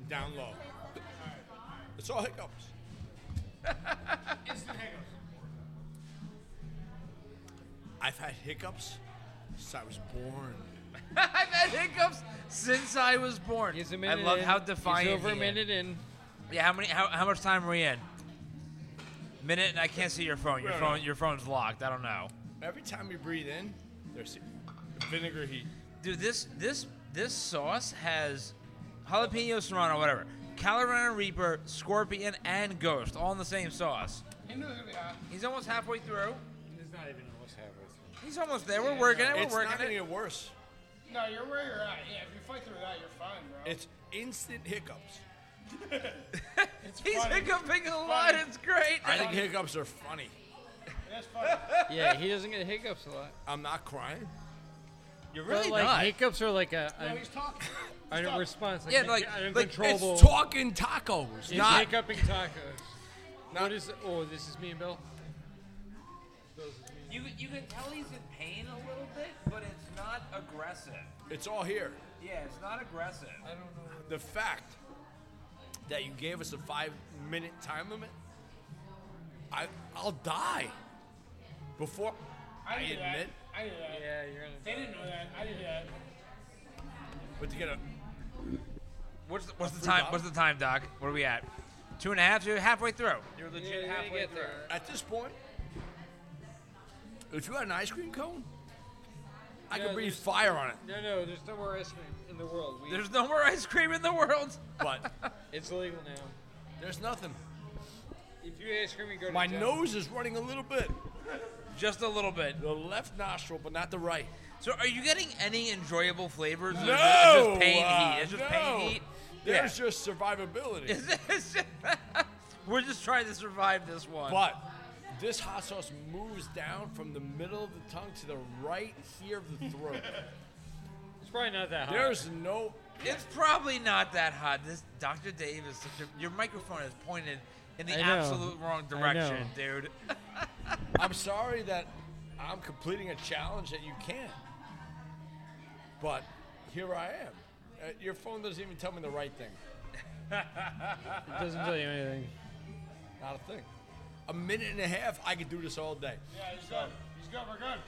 Speaker 2: down low. It's all
Speaker 4: [laughs]
Speaker 2: hiccups.
Speaker 5: Instant hiccups.
Speaker 2: I've had hiccups since I was born.
Speaker 4: [laughs] I've had hiccups since I was born.
Speaker 8: He's a
Speaker 4: I
Speaker 8: minute
Speaker 4: love
Speaker 8: in.
Speaker 4: how defiant
Speaker 8: He's over
Speaker 4: he
Speaker 8: a
Speaker 4: is.
Speaker 8: minute
Speaker 4: [laughs]
Speaker 8: in.
Speaker 4: Yeah, how many? How, how much time are we in? Minute, and I can't see your phone. Your
Speaker 2: Right,
Speaker 4: phone,
Speaker 2: right.
Speaker 4: your phone's locked. I don't know.
Speaker 2: Every time you breathe in, there's vinegar heat.
Speaker 4: Dude, this this this sauce has jalapeno serrano, whatever, Carolina Reaper, scorpion, and ghost, all in the same sauce.
Speaker 5: He knew it was gonna be hot.
Speaker 4: He's almost halfway through.
Speaker 8: It's not even almost halfway through.
Speaker 4: He's almost there. We're working it. We're
Speaker 2: it's not
Speaker 4: working
Speaker 2: gonna
Speaker 4: it.
Speaker 2: get worse.
Speaker 5: No, you're where you're at. Yeah, if you fight through that, you're fine, bro.
Speaker 2: It's instant hiccups.
Speaker 5: It's
Speaker 4: He's
Speaker 5: funny.
Speaker 4: hiccuping a lot. It's great.
Speaker 2: I think hiccups are funny.
Speaker 5: That's
Speaker 4: [laughs]
Speaker 5: funny.
Speaker 8: Yeah, he doesn't get hiccups a lot.
Speaker 2: I'm not crying.
Speaker 4: You're
Speaker 8: But
Speaker 4: really
Speaker 8: like
Speaker 4: not.
Speaker 8: hiccups are like a,
Speaker 5: No,
Speaker 8: a,
Speaker 5: he's talking.
Speaker 8: an
Speaker 5: talking.
Speaker 8: response. Like
Speaker 4: Yeah,
Speaker 8: an-
Speaker 4: like-
Speaker 8: an
Speaker 4: like, it's
Speaker 8: uncontrollable.
Speaker 2: It's talking tacos,
Speaker 8: He's
Speaker 2: not
Speaker 8: hiccuping tacos.
Speaker 2: Not-
Speaker 8: what is? Oh, this is me and Bill.
Speaker 4: You you can tell he's in pain a little bit, but it's not aggressive.
Speaker 2: It's all here.
Speaker 4: Yeah, it's not aggressive.
Speaker 2: The fact that you gave us a five minute time limit, I I'll die. Before I,
Speaker 5: I knew that.
Speaker 2: admit,
Speaker 5: I knew that.
Speaker 8: Yeah, you're gonna.
Speaker 5: They didn't know that. I knew that.
Speaker 2: but to get a
Speaker 4: What's the, what's the time? What's the time, Doc? What are we at? Two and a half. You're halfway through. You're legit halfway
Speaker 8: get
Speaker 4: through.
Speaker 8: there.
Speaker 2: at this point, if you had an ice cream cone, I
Speaker 8: Yeah,
Speaker 2: could breathe
Speaker 8: there's-
Speaker 2: fire on it.
Speaker 8: No, no, there's no more ice cream in the world. We,
Speaker 4: There's no more ice cream in the world.
Speaker 2: But [laughs]
Speaker 8: it's illegal now.
Speaker 2: there's nothing.
Speaker 8: If you ice cream, you go to
Speaker 2: My
Speaker 8: jail.
Speaker 2: nose is running a little bit.
Speaker 4: Just a little bit.
Speaker 2: The left nostril, but not the right.
Speaker 4: So, are you getting any enjoyable flavors? or is it- it's
Speaker 2: No,
Speaker 4: just pain
Speaker 2: uh,
Speaker 4: heat. It's just
Speaker 2: no.
Speaker 4: pain heat.
Speaker 2: There's just survivability.
Speaker 4: [laughs] Is this- We're just trying to survive this one.
Speaker 2: But this hot sauce moves down from the middle of the tongue to the right here of the throat.
Speaker 5: [laughs]
Speaker 8: It's probably not that hot.
Speaker 2: There's no.
Speaker 4: It's probably not that hot. This Dr. Dave is such a. Your microphone is pointed in the
Speaker 8: I know.
Speaker 4: absolute wrong
Speaker 8: I know.
Speaker 4: direction, dude.
Speaker 2: I'm sorry that I'm completing a challenge that you can't. But here I am. Uh, your phone doesn't even tell me the right thing.
Speaker 8: It doesn't tell you anything.
Speaker 2: Not a thing. A minute and a half. I could do this all day.
Speaker 5: Yeah, he's good. He's good. We're good.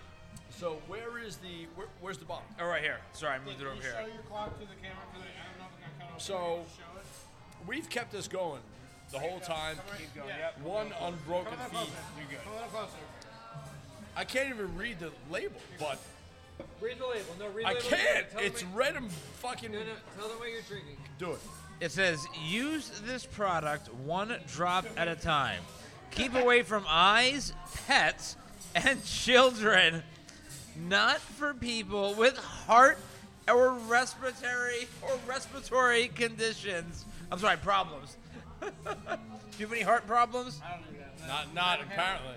Speaker 2: So where is the? Where, where's the bottom?
Speaker 4: Oh, right here. Sorry, I moved it
Speaker 5: Can
Speaker 4: over
Speaker 5: you
Speaker 4: here.
Speaker 5: show your clock to the camera? 'Cause I I don't know if it got cut off.
Speaker 2: So-
Speaker 5: Show it.
Speaker 2: We've kept this going the whole time.
Speaker 5: Keep going. Yeah.
Speaker 2: One unbroken
Speaker 5: Come on
Speaker 2: feed.
Speaker 5: closer.
Speaker 2: You're
Speaker 5: Come
Speaker 2: good.
Speaker 5: on closer.
Speaker 2: I can't even read the label, but
Speaker 8: Read the label. No, read the
Speaker 2: I
Speaker 8: label.
Speaker 2: can't.
Speaker 8: Tell them
Speaker 2: It's
Speaker 8: what-
Speaker 2: red and fucking.
Speaker 8: No, no, tell them what you're drinking.
Speaker 2: Do it.
Speaker 4: It says use this product one drop at a time. Keep away from eyes, pets, and children. Not for people with heart or respiratory or respiratory conditions. I'm sorry, problems. [laughs] Do you have any heart problems?
Speaker 2: Not, not apparently.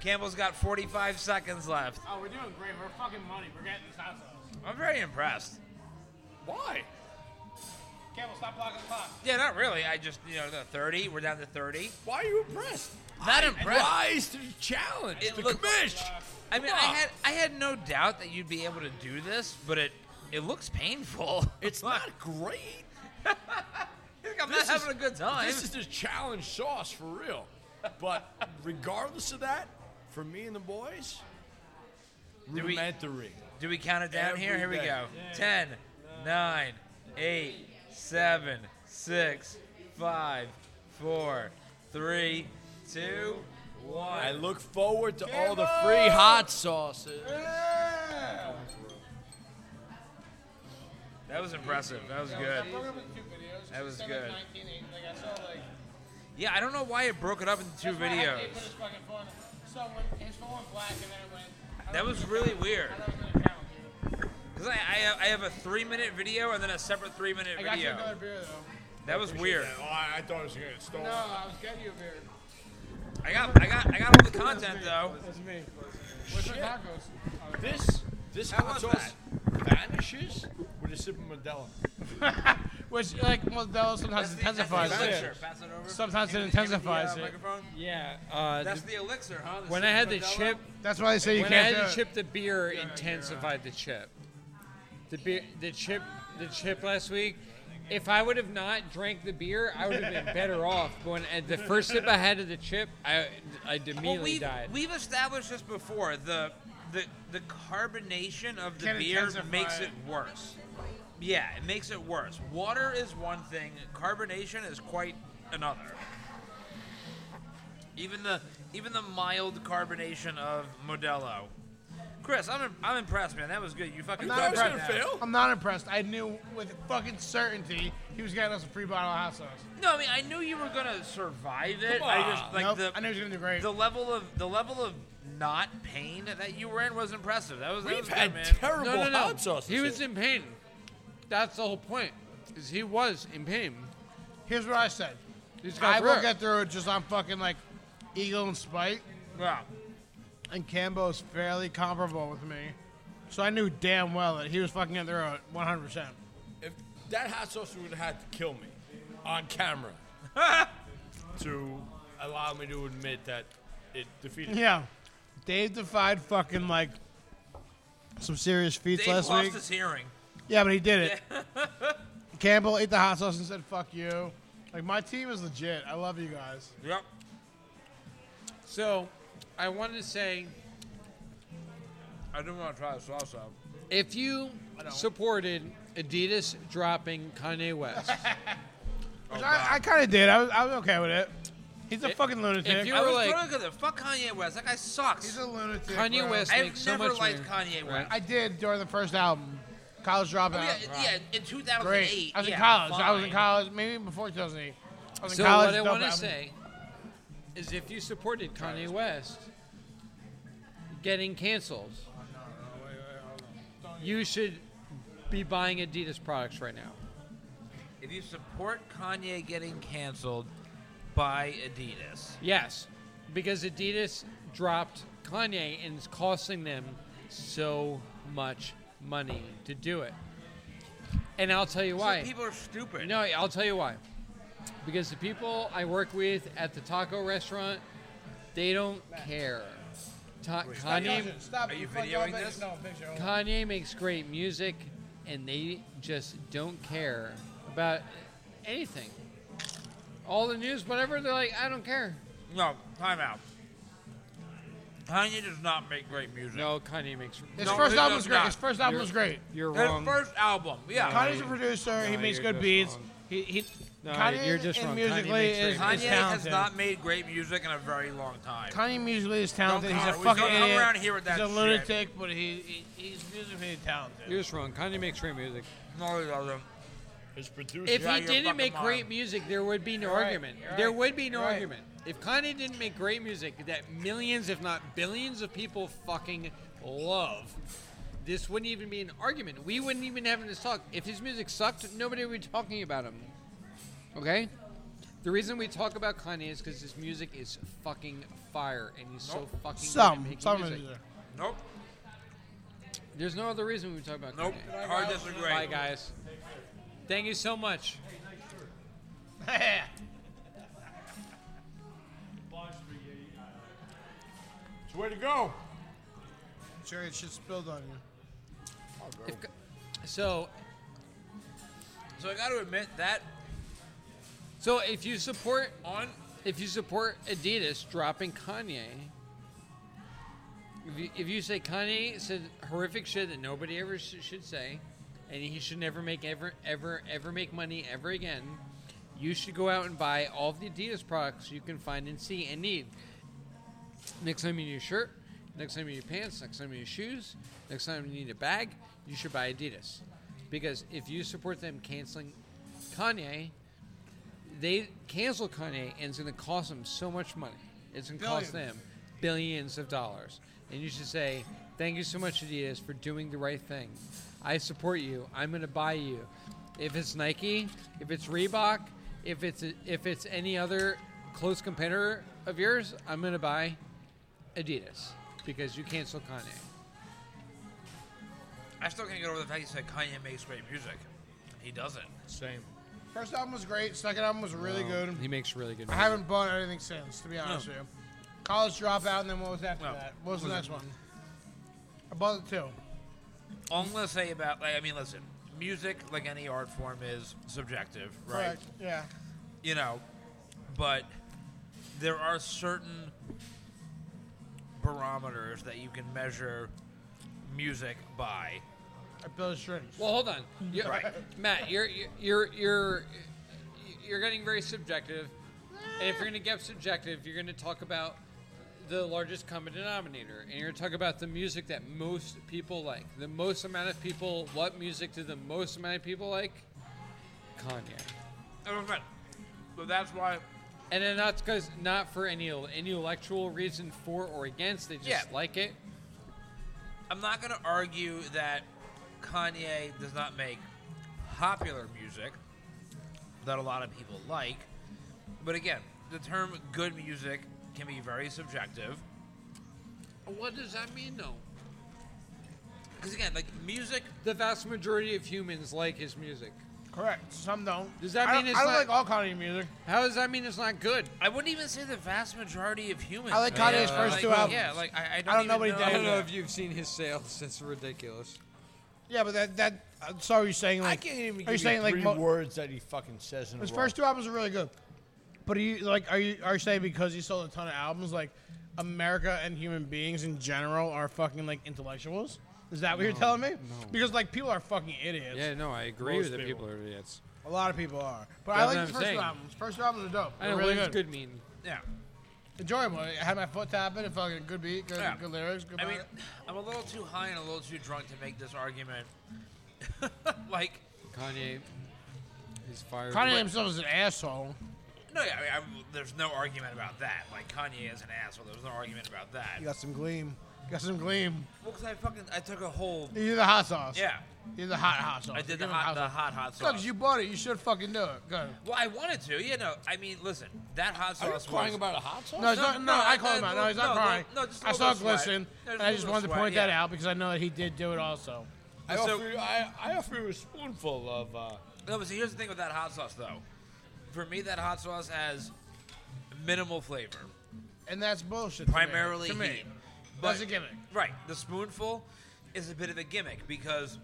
Speaker 4: Campbell's got 45 seconds left.
Speaker 5: Oh, we're doing great. We're fucking money. We're getting this hot sauce.
Speaker 4: I'm very impressed.
Speaker 2: Why?
Speaker 5: Campbell, Stop blocking the clock.
Speaker 4: Yeah, not really. I just, you know, the 30. We're down to 30.
Speaker 2: Why are you impressed?
Speaker 4: Not impressed.
Speaker 2: Rise to the challenge.
Speaker 4: It
Speaker 2: the
Speaker 4: looked-
Speaker 2: commish.
Speaker 4: I mean, I
Speaker 2: Come on.
Speaker 4: had I had no doubt that you'd be able to do this, but it it looks painful. [laughs]
Speaker 2: It's not great.
Speaker 4: I'm not
Speaker 2: this is-
Speaker 4: having a good time.
Speaker 2: This is the challenge sauce for
Speaker 4: [laughs]
Speaker 2: real. But regardless of that, for me and the boys,
Speaker 4: Do we-
Speaker 2: rudimentary.
Speaker 4: Do we count it down here? Here we
Speaker 2: Every
Speaker 4: go. Ten, nine, eight, seven, six, five, four, three, two, one.
Speaker 2: I look forward to all the free hot sauces.
Speaker 4: That was impressive. That was good. That was good. Yeah, I don't know why it broke it up into two videos. That was really weird. Cause I, I, have, I have a three minute video and then a separate three minute
Speaker 5: I got you another
Speaker 4: video.
Speaker 5: beer though.
Speaker 4: That was weird.
Speaker 2: Oh, I, I thought it was gonna get stolen.
Speaker 5: No, I was getting you a beer.
Speaker 4: I got I got I got all the content though.
Speaker 5: That's me. Where's my tacos?
Speaker 2: This this
Speaker 4: How
Speaker 2: hot
Speaker 4: was
Speaker 2: sauce vanishes with a sip of Modelo.
Speaker 5: Which like Modelo sometimes intensifies
Speaker 4: That's the
Speaker 5: it.
Speaker 4: elixir. Pass it over.
Speaker 5: Sometimes it
Speaker 4: Give me- give me the,
Speaker 5: intensifies
Speaker 4: uh,
Speaker 5: it.
Speaker 4: microphone.
Speaker 8: Yeah. Uh,
Speaker 4: That's the elixir, huh?
Speaker 3: When I had the
Speaker 4: Modelo?
Speaker 3: chip,
Speaker 5: That's why they say you
Speaker 3: when I
Speaker 5: can't
Speaker 3: had the
Speaker 5: do it.
Speaker 3: chip, the beer intensified the chip. The beer, the chip, the chip last week. If I would have not drank the beer, I would have been
Speaker 5: [laughs]
Speaker 3: better off. But when at the first sip I had of the chip, I I immediately
Speaker 4: Well, we've,
Speaker 3: died.
Speaker 4: we've established this before. The the the carbonation of the
Speaker 5: Can
Speaker 4: beer
Speaker 5: intensify
Speaker 4: makes
Speaker 5: it.
Speaker 4: it worse. Yeah, it makes it worse. Water is one thing. Carbonation is quite another. Even the even the mild carbonation of Modelo. Chris, I'm im- I'm impressed, man. That was good. You fucking
Speaker 5: not
Speaker 4: got
Speaker 5: I
Speaker 2: I
Speaker 5: was
Speaker 2: was
Speaker 4: that
Speaker 5: impressed.
Speaker 2: gonna
Speaker 4: down.
Speaker 2: fail.
Speaker 5: I'm not impressed. I knew with fucking certainty he was getting us a free bottle of hot sauce.
Speaker 4: No, I mean I knew you were gonna survive it.
Speaker 2: Come
Speaker 4: I just
Speaker 2: on.
Speaker 4: like
Speaker 5: nope.
Speaker 4: the
Speaker 5: I knew he was gonna do great.
Speaker 4: the level of the level of not pain that you were in was impressive. That was that
Speaker 2: We've
Speaker 4: was good,
Speaker 2: had
Speaker 4: man.
Speaker 2: terrible
Speaker 3: no, no, no.
Speaker 2: hot sauces.
Speaker 3: He was in pain. That's the whole point. Is he was in pain.
Speaker 5: Here's what I said.
Speaker 3: He's got
Speaker 5: I will
Speaker 3: through it.
Speaker 5: get through it just on fucking like Eagle and Spike,
Speaker 4: Wow.
Speaker 5: and Cambo's fairly comparable with me, so I knew damn well that he was fucking getting through it 100. percent
Speaker 2: If that hot sauce would have had to kill me on camera to allow me to admit that it defeated me.
Speaker 5: Yeah, Dave defied fucking like some serious feats
Speaker 4: Dave
Speaker 5: last
Speaker 4: lost
Speaker 5: week.
Speaker 4: his hearing.
Speaker 5: Yeah, but he did it.
Speaker 4: [laughs]
Speaker 5: Campbell ate the hot sauce and said "fuck you." Like my team is legit. I love you guys.
Speaker 4: Yep.
Speaker 3: So, I wanted to say,
Speaker 4: I do want to try the salsa.
Speaker 3: if you supported Adidas dropping Kanye West,
Speaker 5: Which I, I kind of did. I was, I was okay with it. He's a fucking lunatic.
Speaker 3: if you
Speaker 4: I
Speaker 3: were
Speaker 4: was
Speaker 3: like-
Speaker 4: totally good at fuck Kanye West. That guy
Speaker 5: He's
Speaker 4: sucks.
Speaker 5: a lunatic.
Speaker 3: Kanye
Speaker 5: bro.
Speaker 3: West
Speaker 4: I've
Speaker 3: makes so
Speaker 4: never
Speaker 3: much
Speaker 4: liked
Speaker 3: money.
Speaker 4: Kanye
Speaker 3: Right.
Speaker 4: West.
Speaker 5: I did during the first album, College Dropout.
Speaker 4: Oh, yeah, yeah, in 2008.
Speaker 5: Great. I was
Speaker 4: yeah,
Speaker 5: in college. I was in
Speaker 4: fine.
Speaker 5: college, maybe even before 2008. I was
Speaker 3: So
Speaker 5: [laughs] in college.
Speaker 3: what I
Speaker 5: dropout.
Speaker 3: want to say is, if you supported Kanye West getting canceled,
Speaker 5: Oh,
Speaker 3: you should be buying Adidas products right now.
Speaker 4: If you support Kanye getting canceled, buy Adidas.
Speaker 3: Yes, because Adidas dropped Kanye and it's costing them so much money to do it. And I'll tell you why.
Speaker 4: Some people are stupid.
Speaker 3: No, I'll tell you why. Because the people I work with at the taco restaurant, they don't care. Ta- Kanye,
Speaker 5: Stop
Speaker 4: Are
Speaker 5: it.
Speaker 4: you
Speaker 5: fuck
Speaker 4: videoing
Speaker 5: y'all, bitch.
Speaker 4: this?
Speaker 5: No, picture.
Speaker 3: Kanye makes great music, and they just don't care about anything. All the news, whatever, they're like, I don't care.
Speaker 4: no, time out. Kanye does not make great music.
Speaker 3: No, Kanye makes.
Speaker 5: His
Speaker 4: No,
Speaker 5: first
Speaker 4: it
Speaker 5: album
Speaker 4: does
Speaker 5: was great.
Speaker 4: not.
Speaker 5: His first album was great.
Speaker 8: you're
Speaker 4: His
Speaker 8: wrong.
Speaker 4: first album, yeah.
Speaker 5: Kanye's a producer. he makes
Speaker 8: you're
Speaker 5: good
Speaker 8: just
Speaker 5: beats.
Speaker 8: wrong.
Speaker 5: He, he
Speaker 8: No,
Speaker 5: Kanye
Speaker 8: you're just
Speaker 5: and
Speaker 8: wrong. Kanye
Speaker 5: musically
Speaker 8: makes
Speaker 5: is,
Speaker 8: great
Speaker 4: Kanye
Speaker 5: is
Speaker 4: has
Speaker 5: talented.
Speaker 4: not made great music in a very long time.
Speaker 5: Kanye musically is talented.
Speaker 4: Don't
Speaker 5: He's a
Speaker 4: come-
Speaker 5: fucking
Speaker 4: don't come
Speaker 5: idiot.
Speaker 4: around here with that
Speaker 5: He's a
Speaker 4: shit.
Speaker 5: lunatic, but he, he he's musically talented.
Speaker 8: You're just wrong. Kanye makes great music.
Speaker 4: No, he doesn't.
Speaker 2: His producer.
Speaker 3: If
Speaker 4: Yeah,
Speaker 3: he
Speaker 4: you're
Speaker 3: didn't
Speaker 4: fucking
Speaker 3: make great
Speaker 4: lying.
Speaker 3: music, there would be no
Speaker 5: right,
Speaker 3: argument.
Speaker 5: you're
Speaker 3: There
Speaker 5: right,
Speaker 3: would be no
Speaker 5: you're right.
Speaker 3: argument. If Kanye didn't make great music that millions, if not billions, of people fucking love, this wouldn't even be an argument. We wouldn't even have this talk. If his music sucked, nobody would be talking about him. Okay? The reason we talk about Kanye is because his music is fucking fire, and he's so fucking good at
Speaker 5: Some,
Speaker 3: making
Speaker 5: some
Speaker 3: music.
Speaker 5: music.
Speaker 4: Nope.
Speaker 3: There's no other reason we talk about
Speaker 4: Nope.
Speaker 3: Kanye.
Speaker 4: Hard disagree.
Speaker 3: Bye, guys. Thank you so much.
Speaker 5: [laughs]
Speaker 2: It's way to go.
Speaker 5: Sure, it should spilled on you.
Speaker 3: So,
Speaker 4: So I got to admit that
Speaker 3: so if you support
Speaker 4: on
Speaker 3: if you support Adidas dropping Kanye, if you, if you say Kanye said horrific shit that nobody ever sh- should say, and he should never make ever ever ever make money ever again, you should go out and buy all of the Adidas products you can find and see and need. Next time you need a shirt, next time you need pants, next time you need shoes, next time you need a bag, you should buy Adidas, because if you support them canceling Kanye, they cancel Kanye and it's going to cost them so much money. It's going to cost
Speaker 5: Billions.
Speaker 3: them billions of dollars. And you should say, thank you so much, Adidas, for doing the right thing. I support you. I'm going to buy you. If it's Nike, if it's Reebok, if it's if it's any other close competitor of yours, I'm going to buy Adidas because you cancel Kanye.
Speaker 4: I still can't get over the fact you said Kanye makes great music. He doesn't.
Speaker 2: Same.
Speaker 5: First album was great. Second album was really good.
Speaker 3: He makes really good.
Speaker 5: I
Speaker 3: music.
Speaker 5: haven't bought anything since, to be honest with you. College dropout, and then what was after
Speaker 4: No.
Speaker 5: that? What was, the next one? I bought the two.
Speaker 4: All I'm gonna say about like I mean, listen, music like any art form is subjective, right?
Speaker 5: Correct. Yeah.
Speaker 4: You know, but there are certain barometers that you can measure music by.
Speaker 5: I built strings.
Speaker 3: Well, hold on, you
Speaker 4: Right.
Speaker 3: Matt. You're you're you're you're you're getting very subjective, and if you're going to get subjective, you're going to talk about the largest common denominator, and you're going to talk about the music that most people like. The most amount of people. What music do the most amount of people like? Kanye.
Speaker 4: And that's- So that's why
Speaker 3: And then not because not for any any intellectual reason for or against. They just
Speaker 4: Yeah.
Speaker 3: like it.
Speaker 4: I'm not gonna argue that Kanye does not make popular music that a lot of people like. But again, the term good music can be very subjective.
Speaker 3: What does that mean, though?
Speaker 4: Because again, like music
Speaker 3: The vast majority of humans like his music.
Speaker 5: Correct. Some don't.
Speaker 3: Does that
Speaker 5: I
Speaker 3: mean
Speaker 5: don't,
Speaker 3: it's
Speaker 5: I don't
Speaker 3: not-
Speaker 5: like all Kanye music.
Speaker 3: How does that mean it's not good?
Speaker 4: I wouldn't even say the vast majority of humans.
Speaker 5: I like Kanye's
Speaker 4: Yeah,
Speaker 5: first
Speaker 4: like,
Speaker 5: two
Speaker 4: Yeah,
Speaker 5: albums.
Speaker 4: like I, I don't,
Speaker 5: I don't know
Speaker 4: even
Speaker 5: what he
Speaker 8: I
Speaker 5: did.
Speaker 8: don't know if you've seen his sales. It's ridiculous.
Speaker 5: Yeah, but that that. Uh, sorry, you're saying like.
Speaker 2: I can't even
Speaker 5: Are you
Speaker 2: give
Speaker 5: saying
Speaker 2: you
Speaker 5: like
Speaker 2: three
Speaker 5: mo-
Speaker 2: words that he fucking says in
Speaker 5: his
Speaker 2: a
Speaker 5: first two albums are really good, but are you like are you are you saying because he sold a ton of albums like America and human beings in general are fucking like intellectuals? Is that what you're telling me? Because like people are fucking idiots.
Speaker 8: Yeah, no, I agree
Speaker 2: Most
Speaker 8: with the people
Speaker 2: people.
Speaker 8: are idiots.
Speaker 5: A lot of people are. But
Speaker 3: That's
Speaker 5: I
Speaker 3: what
Speaker 5: like
Speaker 3: I'm
Speaker 5: the first two
Speaker 3: saying.
Speaker 5: albums. First two albums are dope.
Speaker 3: I
Speaker 5: They're
Speaker 3: don't know
Speaker 5: really
Speaker 3: what does
Speaker 5: good.
Speaker 3: good mean.
Speaker 4: Yeah,
Speaker 5: Enjoyable. I had my foot tapping and fucking good beat, good,
Speaker 4: Yeah.
Speaker 5: good lyrics, good
Speaker 4: I mean,
Speaker 5: vibe.
Speaker 4: I'm a little too high and a little too drunk to make this argument. [laughs] like,
Speaker 8: Kanye is fired.
Speaker 5: Kanye himself is an asshole.
Speaker 4: no, yeah, I mean, I, there's no argument about that. Like, Kanye is an asshole. There's no argument about that.
Speaker 5: You got some gleam. You got some gleam.
Speaker 4: Well, 'cause I fucking I took a whole
Speaker 5: You're the hot sauce.
Speaker 4: yeah.
Speaker 5: You're the hot hot sauce.
Speaker 4: I did the
Speaker 5: You're
Speaker 4: hot, the hot hot
Speaker 5: Look,
Speaker 4: sauce.
Speaker 5: you bought it. You should fucking do it. Good.
Speaker 4: well, I wanted to. You know, I mean, listen, that hot
Speaker 2: Are you
Speaker 4: sauce.
Speaker 2: crying
Speaker 4: was,
Speaker 2: about a hot sauce?
Speaker 5: No, he's
Speaker 4: No,
Speaker 5: not,
Speaker 4: no,
Speaker 5: no, I
Speaker 4: I-
Speaker 5: called him
Speaker 4: I-
Speaker 5: out. No, he's not
Speaker 4: no, no,
Speaker 5: crying.
Speaker 4: no, just a
Speaker 5: I
Speaker 4: little
Speaker 5: saw
Speaker 4: bit of sweat.
Speaker 5: glisten,
Speaker 4: There's
Speaker 5: and
Speaker 4: a
Speaker 5: I just
Speaker 4: little
Speaker 5: wanted to
Speaker 4: sweat,
Speaker 5: point that
Speaker 4: yeah.
Speaker 5: out because I know that he did do it also.
Speaker 2: I
Speaker 4: So-
Speaker 2: offer you, I, I offer you a spoonful of. Uh,
Speaker 4: No, but see, here's the thing with that hot sauce, though. For me, that hot sauce has minimal flavor,
Speaker 5: And that's bullshit. to me.
Speaker 4: primarily
Speaker 5: to me,
Speaker 4: heat.
Speaker 5: that's a gimmick.
Speaker 4: Right. The spoonful is a bit of a gimmick because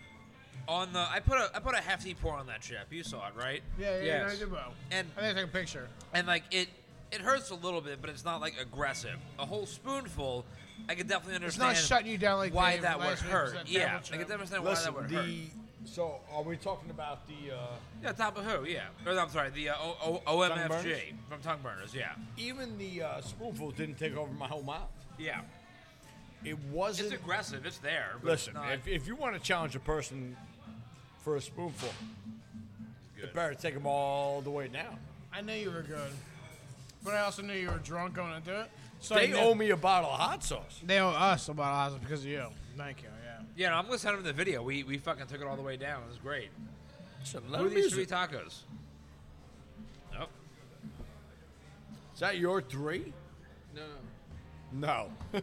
Speaker 4: on the I put a I put a hefty pour on that chip. You saw it, right?
Speaker 5: Yeah, yeah,
Speaker 8: Yes.
Speaker 5: yeah. I did well.
Speaker 4: And
Speaker 5: I think I took a picture.
Speaker 4: and like it it hurts a little bit, but it's not like aggressive. A whole spoonful, I could definitely
Speaker 5: It's
Speaker 4: understand
Speaker 5: not shutting you down like
Speaker 4: why
Speaker 5: Dave
Speaker 4: that would
Speaker 5: last week
Speaker 4: hurt.
Speaker 5: 'cause that
Speaker 4: yeah, I
Speaker 5: terrible
Speaker 4: could
Speaker 5: trip.
Speaker 4: definitely understand
Speaker 2: listen,
Speaker 4: why that would hurt.
Speaker 2: the so are we talking about the uh,
Speaker 4: Yeah, top of who? Yeah, or no, I'm sorry, the uh, o- O-
Speaker 2: Tongue burners?
Speaker 4: OMFG from Tongue Burners. Yeah,
Speaker 2: even the uh, spoonful didn't take over my whole mouth.
Speaker 4: yeah.
Speaker 2: It wasn't.
Speaker 4: It's aggressive. It's there. But
Speaker 2: listen,
Speaker 4: it's not,
Speaker 2: if, if you want to challenge a person for a spoonful, you
Speaker 4: Good.
Speaker 2: better take them all the way down.
Speaker 5: I knew you were good, but I also knew you were drunk going into it. So I
Speaker 2: They
Speaker 5: knew-
Speaker 2: owe me a bottle of hot sauce.
Speaker 5: They owe us about Oz because of you. Thank you. Yeah.
Speaker 4: Yeah, no, I'm gonna send him the video. We we fucking took it all the way down. It was great.
Speaker 2: Listen,
Speaker 4: Who are these three tacos? Oh,
Speaker 2: Is that your three?
Speaker 3: No, no.
Speaker 2: No.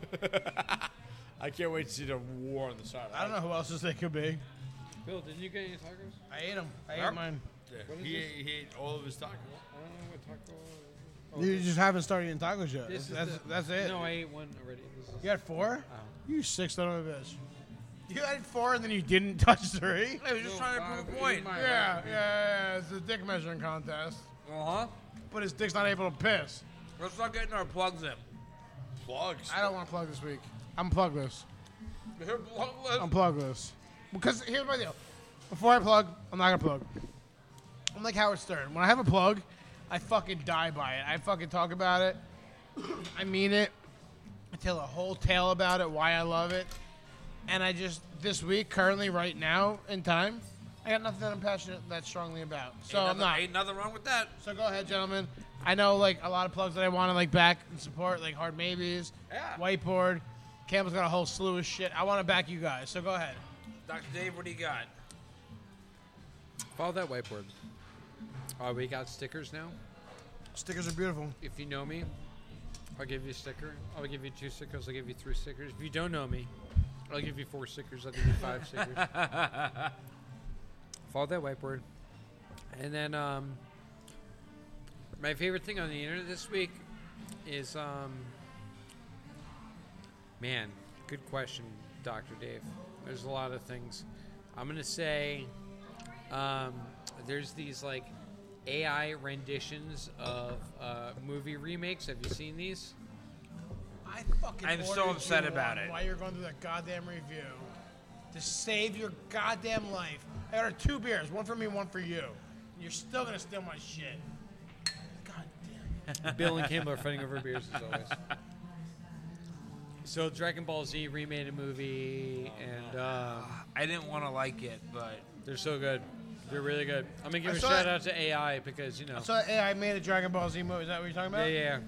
Speaker 2: [laughs] I can't wait to see the war on the side. of
Speaker 5: I don't know who else's they could be.
Speaker 3: Bill, did you get any tacos?
Speaker 5: I ate them. I
Speaker 4: Huh?
Speaker 5: ate mine.
Speaker 2: Yeah. He, ate, he ate all of his taco.
Speaker 3: I don't know what taco.
Speaker 5: You just haven't started eating tacos yet.
Speaker 3: This is
Speaker 5: that's,
Speaker 3: the-
Speaker 5: that's it.
Speaker 3: No, I ate one already. This is-
Speaker 5: you had four? You six son of a bitch. Oh. You had four and then you didn't [laughs] touch three?
Speaker 4: I was just trying to prove a point.
Speaker 5: Yeah, yeah, yeah. It's a dick measuring contest.
Speaker 4: Uh huh.
Speaker 5: But his dick's not able to piss.
Speaker 4: Let's not get our plugs in.
Speaker 2: Plugs.
Speaker 5: I don't want to plug this week. I'm plug this.
Speaker 4: Your plug list-
Speaker 5: I'm plug this. Because here's my deal. Before I plug, I'm not gonna plug. I'm like Howard Stern. When I have a plug, I fucking die by it. I fucking talk about it. I mean it. I tell a whole tale about it, why I love it. And I just this week, currently, right now in time, I got nothing that I'm passionate that strongly about.
Speaker 4: ain't
Speaker 5: So I'm
Speaker 4: nothing-
Speaker 5: not.
Speaker 4: Ain't nothing wrong with that.
Speaker 5: So go ahead, gentlemen. I know like a lot of plugs that I want to like back and support, like Hard Maybes,
Speaker 4: Yeah.
Speaker 5: Whiteboard. Campbell's got a whole slew of shit. I want to back you guys. So go ahead.
Speaker 4: Dr. Dave, what do you got?
Speaker 3: Follow that whiteboard. Uh, we got stickers now.
Speaker 5: Stickers are beautiful.
Speaker 3: If you know me, I'll give you a sticker. I'll give you two stickers. I'll give you three stickers. If you don't know me, I'll give you four stickers. I'll give you five stickers. Follow that whiteboard. And then um, my favorite thing on the internet this week is um, man, good question, Dr. Dave. There's a lot of things. I'm going to say um, there's these like AI renditions of uh, movie remakes. Have you seen these?
Speaker 5: I fucking.
Speaker 4: I'm so
Speaker 5: ordered
Speaker 4: upset
Speaker 5: you
Speaker 4: about
Speaker 5: one
Speaker 4: it.
Speaker 5: While you're going through that goddamn review, to save your goddamn life, I ordered two beers, one for me, one for you. And you're still gonna steal my shit. God damn. it.
Speaker 3: Bill and Kim are fighting over beers as always. So Dragon Ball Z remade a movie, and
Speaker 5: Oh,
Speaker 3: um,
Speaker 4: I didn't want to like it, but
Speaker 3: they're so good. They're really good. I'm gonna give
Speaker 5: I
Speaker 3: a
Speaker 5: saw
Speaker 3: shout
Speaker 5: it.
Speaker 3: out to AI because you know,
Speaker 5: So hey, I made a Dragon Ball Z movie. Is that what you're talking
Speaker 3: yeah,
Speaker 5: about?
Speaker 3: yeah.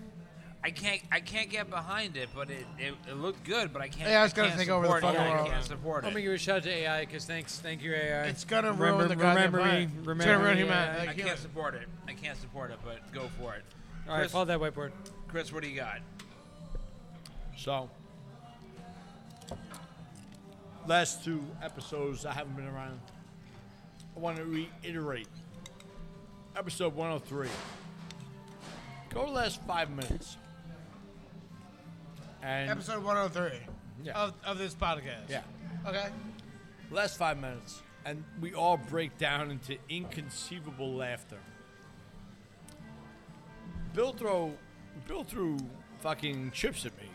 Speaker 4: I can't. I can't get behind it. But it, it, it looked good. But I can't.
Speaker 5: Yeah, it's
Speaker 4: I
Speaker 5: gonna
Speaker 4: can't
Speaker 5: take over the
Speaker 4: support it.
Speaker 5: fucking
Speaker 4: I
Speaker 5: world.
Speaker 4: can't support
Speaker 3: I'm gonna
Speaker 4: it.
Speaker 3: give a shout out to AI because thanks, thank you AI.
Speaker 5: It's gonna ruin
Speaker 3: remember,
Speaker 5: the goddamn
Speaker 3: remember me,
Speaker 5: planet. It's
Speaker 3: remember
Speaker 5: gonna ruin
Speaker 3: me,
Speaker 5: humanity.
Speaker 3: AI.
Speaker 5: Like,
Speaker 4: I
Speaker 5: yeah.
Speaker 4: can't support it. I can't support it. But go for it.
Speaker 3: All right,
Speaker 4: Chris-
Speaker 3: follow that whiteboard.
Speaker 4: Chris, what do you got?
Speaker 2: So, last two episodes I haven't been around. I want to reiterate. Episode 103. Go last five minutes. And
Speaker 5: Episode 103
Speaker 2: Yeah.
Speaker 5: of, of this podcast.
Speaker 2: yeah,
Speaker 5: Okay.
Speaker 2: last five minutes, and we all break down into inconceivable laughter. Bill throw, Bill threw fucking chips at me.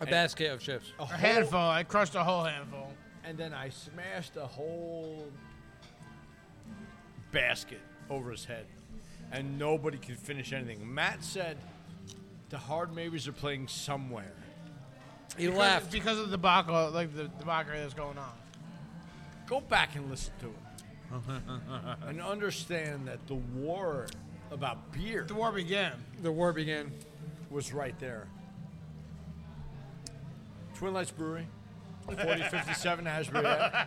Speaker 3: A basket of chips.
Speaker 2: A
Speaker 5: A
Speaker 2: whole-
Speaker 5: handful. I crushed a whole handful.
Speaker 2: and then I smashed a whole basket over his head, and nobody could finish anything. Matt said the Hard Maybes are playing somewhere.
Speaker 3: He
Speaker 5: Because-
Speaker 3: left.
Speaker 5: because of the debacle, like the debacle that's going on.
Speaker 2: Go back and listen to it, and understand that the war about beer
Speaker 5: The war began.
Speaker 3: The war began.
Speaker 2: was right there. Twin Lights Brewery, 4057 Hasbury Ave.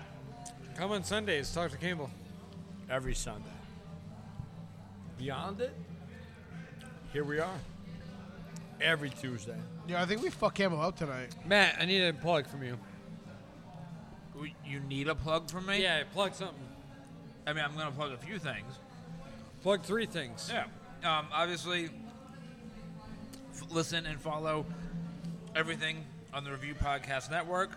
Speaker 3: Come on Sundays. Talk to Campbell.
Speaker 2: every Sunday. Beyond it, here we are. Every Tuesday.
Speaker 5: Yeah, I think we fucked Campbell up tonight.
Speaker 3: Matt, I need a plug from you.
Speaker 4: W- You need a plug from me?
Speaker 3: Yeah, plug something.
Speaker 4: I mean, I'm gonna plug a few things.
Speaker 3: Plug three things.
Speaker 4: Yeah. Um, obviously, f- listen and follow everything on the Review Podcast Network.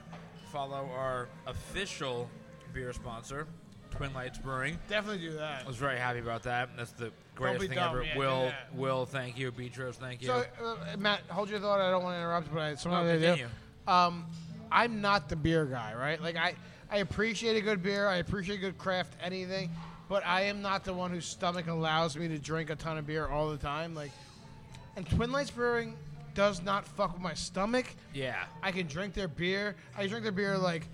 Speaker 4: Follow our official beer sponsor, Twin Lights Brewing.
Speaker 5: Definitely do that.
Speaker 4: I was very happy about that. That's the greatest
Speaker 5: be
Speaker 4: thing
Speaker 5: dumb,
Speaker 4: ever.
Speaker 5: yeah, do
Speaker 4: Will,
Speaker 5: that.
Speaker 4: Will, thank you. Beatrice, thank you.
Speaker 5: So, uh, Matt, hold your thought. I don't want to interrupt, but I sometimes
Speaker 4: No,
Speaker 5: I
Speaker 4: continue.
Speaker 5: do. Um, I'm not the beer guy, right? Like I, I appreciate a good beer. I appreciate good craft anything, but I am not the one whose stomach allows me to drink a ton of beer all the time. Like, and Twin Lights Brewing does not fuck with my stomach.
Speaker 4: yeah.
Speaker 5: I can drink their beer. I drink their beer like,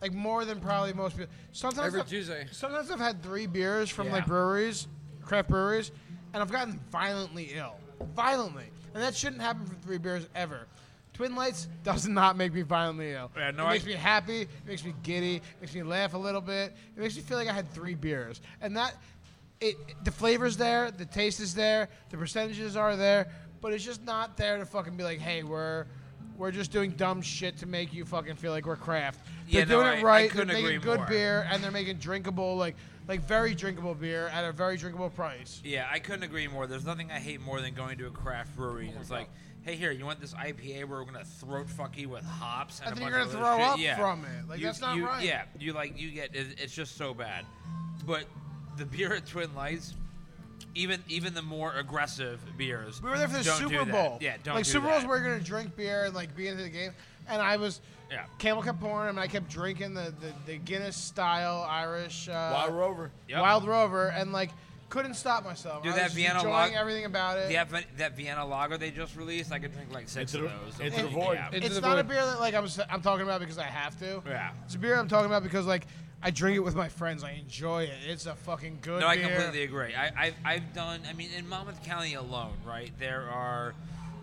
Speaker 5: like more than probably most people. Sometimes
Speaker 3: Every
Speaker 5: I've-
Speaker 3: Tuesday.
Speaker 5: Sometimes I've had three beers from like
Speaker 4: Yeah.
Speaker 5: breweries, craft breweries, and I've gotten violently ill. Violently. And that shouldn't happen from three beers ever. Twin Lights does not make me violently ill.
Speaker 4: Yeah, no,
Speaker 5: it makes
Speaker 4: I-
Speaker 5: me happy. It makes me giddy. It makes me laugh a little bit. It makes me feel like I had three beers. And that, it the flavor's there, the taste is there, the percentages are there, but it's just not there to fucking be like, hey, we're we're just doing dumb shit to make you fucking feel like we're craft.
Speaker 4: Yeah,
Speaker 5: They're
Speaker 4: no,
Speaker 5: doing
Speaker 4: I- I
Speaker 5: it right.
Speaker 4: couldn't
Speaker 5: They're making
Speaker 4: agree
Speaker 5: good
Speaker 4: more.
Speaker 5: beer and they're making drinkable like like very drinkable beer at a very drinkable price.
Speaker 4: Yeah, I couldn't agree more. There's nothing I hate more than going to a craft brewery
Speaker 5: Oh
Speaker 4: and it's like, hey, here, you want this IPA where we're gonna throat fuck you with hops? And
Speaker 5: I
Speaker 4: a
Speaker 5: think
Speaker 4: bunch
Speaker 5: you're
Speaker 4: of
Speaker 5: gonna
Speaker 4: other
Speaker 5: throw
Speaker 4: shit?
Speaker 5: up
Speaker 4: yeah.
Speaker 5: from it. Like, that's not
Speaker 4: you-
Speaker 5: right.
Speaker 4: Yeah, you like you get it, it's just so bad. But the beer at Twin Lights, even even the more aggressive beers,
Speaker 5: We were there for the
Speaker 4: don't do
Speaker 5: Super
Speaker 4: that.
Speaker 5: Bowl.
Speaker 4: Yeah, don't
Speaker 5: like
Speaker 4: do
Speaker 5: Super
Speaker 4: that.
Speaker 5: Bowls, we're gonna drink beer and like be into the game. And I was,
Speaker 4: Yeah.
Speaker 5: Camel kept pouring, and I kept drinking the the, the Guinness style Irish uh,
Speaker 2: Wild Rover.
Speaker 4: Yep.
Speaker 5: Wild Rover, and like couldn't stop myself.
Speaker 4: Dude,
Speaker 5: I
Speaker 4: that
Speaker 5: was just
Speaker 4: Vienna
Speaker 5: enjoying
Speaker 4: log-
Speaker 5: everything about it.
Speaker 4: The Ven- that Vienna lager they just released, I could drink like six
Speaker 2: Into
Speaker 4: of
Speaker 2: the-
Speaker 4: those.
Speaker 2: into
Speaker 5: the
Speaker 4: Yeah.
Speaker 2: void.
Speaker 3: Into
Speaker 5: it's
Speaker 3: the
Speaker 5: not a
Speaker 3: void.
Speaker 5: beer that like I'm s- I'm talking about because I have to.
Speaker 4: Yeah.
Speaker 5: It's a beer I'm talking about because like I drink it with my friends. I enjoy it. It's a fucking good.
Speaker 4: No, I
Speaker 5: beer.
Speaker 4: completely agree. I, I've, I've done, I mean, in Monmouth County alone, right, there are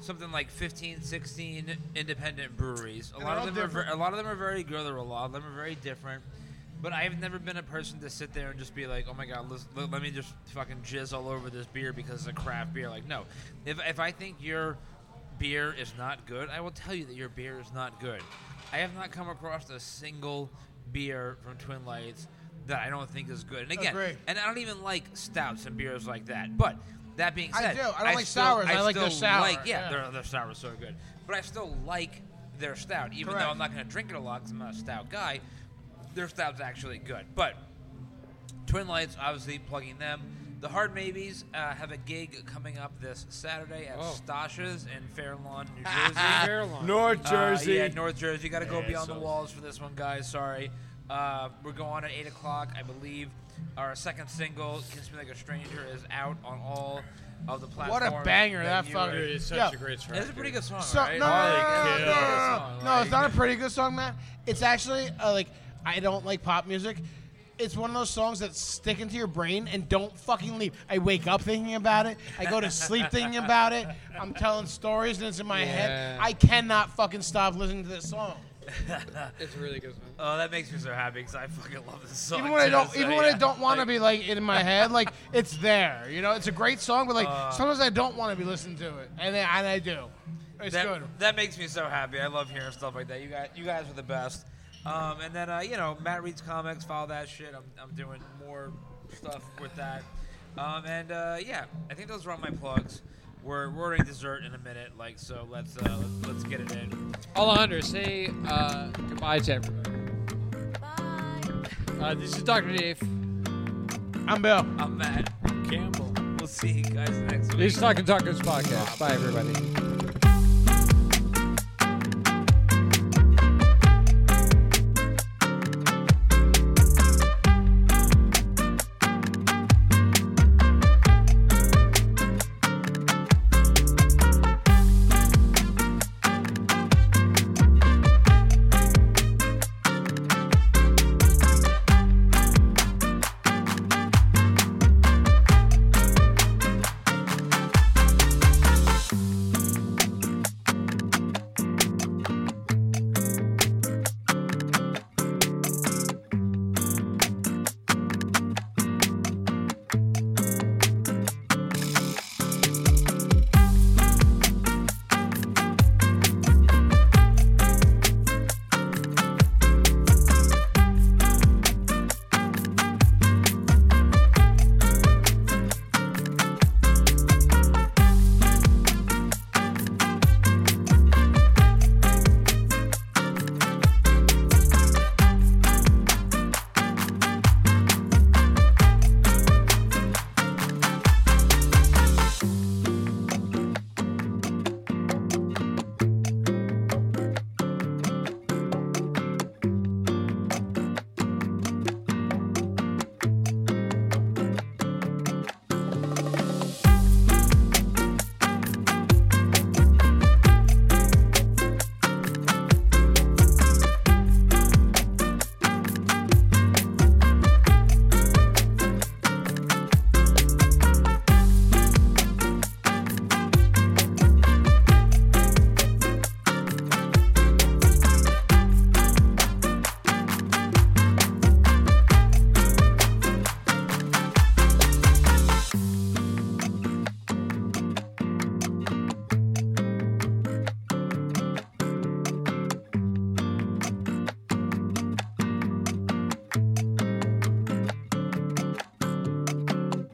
Speaker 4: something like 15, 16 independent breweries. A
Speaker 5: And
Speaker 4: lot
Speaker 5: they're
Speaker 4: of
Speaker 5: all
Speaker 4: them are, ver-
Speaker 5: different.
Speaker 4: a lot of them are very good. There are a lot of them are very different. But I've never been a person to sit there and just be like, oh my God, let's, let, let me just fucking jizz all over this beer because it's a craft beer. Like, no. If, if I think your beer is not good, I will tell you that your beer is not good. I have not come across a single beer from Twin Lights that I don't think is good. And again,
Speaker 5: Agree.
Speaker 4: and I don't even like stouts and beers like that. But that being
Speaker 5: I
Speaker 4: said,
Speaker 5: do. I don't like sours. I like their
Speaker 4: still
Speaker 5: sour.
Speaker 4: Like, yeah,
Speaker 5: Yeah.
Speaker 4: Their, their sour is so good. But I still like their stout, even
Speaker 5: Correct.
Speaker 4: though I'm not going to drink it a lot because I'm not a stout guy. Their stout's actually good. But Twin Lights, obviously plugging them. The Hard Maybes uh, have a gig coming up this Saturday at
Speaker 8: Oh.
Speaker 4: Stasha's in Fair Lawn, New
Speaker 5: Ah, [laughs]
Speaker 4: Jersey.
Speaker 3: Ah.
Speaker 8: Fairlawn.
Speaker 2: North
Speaker 4: Uh,
Speaker 2: Jersey.
Speaker 4: yeah, North Jersey. Got to go
Speaker 1: Yeah,
Speaker 4: beyond the
Speaker 1: so-
Speaker 4: walls for this one, guys. Sorry. Uh, we're going at 8 o'clock, I believe. Our second single, Kiss Me Like a Stranger, is out on all of the
Speaker 5: What
Speaker 4: platforms.
Speaker 5: a banger that
Speaker 4: you
Speaker 5: fucking.
Speaker 4: were-
Speaker 8: It's such
Speaker 5: Yeah.
Speaker 8: a great track.
Speaker 4: It's a pretty good song,
Speaker 5: So,
Speaker 4: right?
Speaker 5: no, no, no,
Speaker 4: It's
Speaker 5: no,
Speaker 4: a pretty
Speaker 5: no,
Speaker 4: good
Speaker 5: no,
Speaker 4: song,
Speaker 5: no, no,
Speaker 4: like-
Speaker 5: it's not a pretty good song, Matt. It's actually uh, like I don't like pop music. It's one of those songs that stick into your brain and don't fucking leave. I wake up thinking about it. I go to sleep thinking about it. I'm telling stories and it's in my head.
Speaker 8: Yeah.
Speaker 5: I cannot fucking stop listening to this song.
Speaker 8: It's a really good song.
Speaker 4: Oh, that makes me so happy because I fucking love this song.
Speaker 5: Even when I
Speaker 4: too,
Speaker 5: don't,
Speaker 4: so
Speaker 5: even when I
Speaker 4: yeah.
Speaker 5: don't want to
Speaker 4: Like,
Speaker 5: be like in my head, like it's there. You know, it's a great song, but like
Speaker 4: Uh.
Speaker 5: sometimes I don't want to be listening to it, and I, and I do. It's
Speaker 4: that,
Speaker 5: good.
Speaker 4: that makes me so happy. I love hearing stuff like that. You guys, you guys are the best. Um, and then uh, you know, Matt reads comics. Follow that shit. I'm, I'm doing more stuff with that. Um, and uh, yeah, I think those are all my plugs. We're we're ordering dessert in a minute, like so. Let's uh, let's, let's get it in.
Speaker 3: Alejandro, say uh, goodbye to everyone.
Speaker 6: Bye.
Speaker 3: Uh, this is Dr. Dave.
Speaker 5: I'm Bill.
Speaker 4: I'm Matt Campbell. We'll see you guys next week.
Speaker 3: This is Talking Tacos Podcast. Bye, everybody.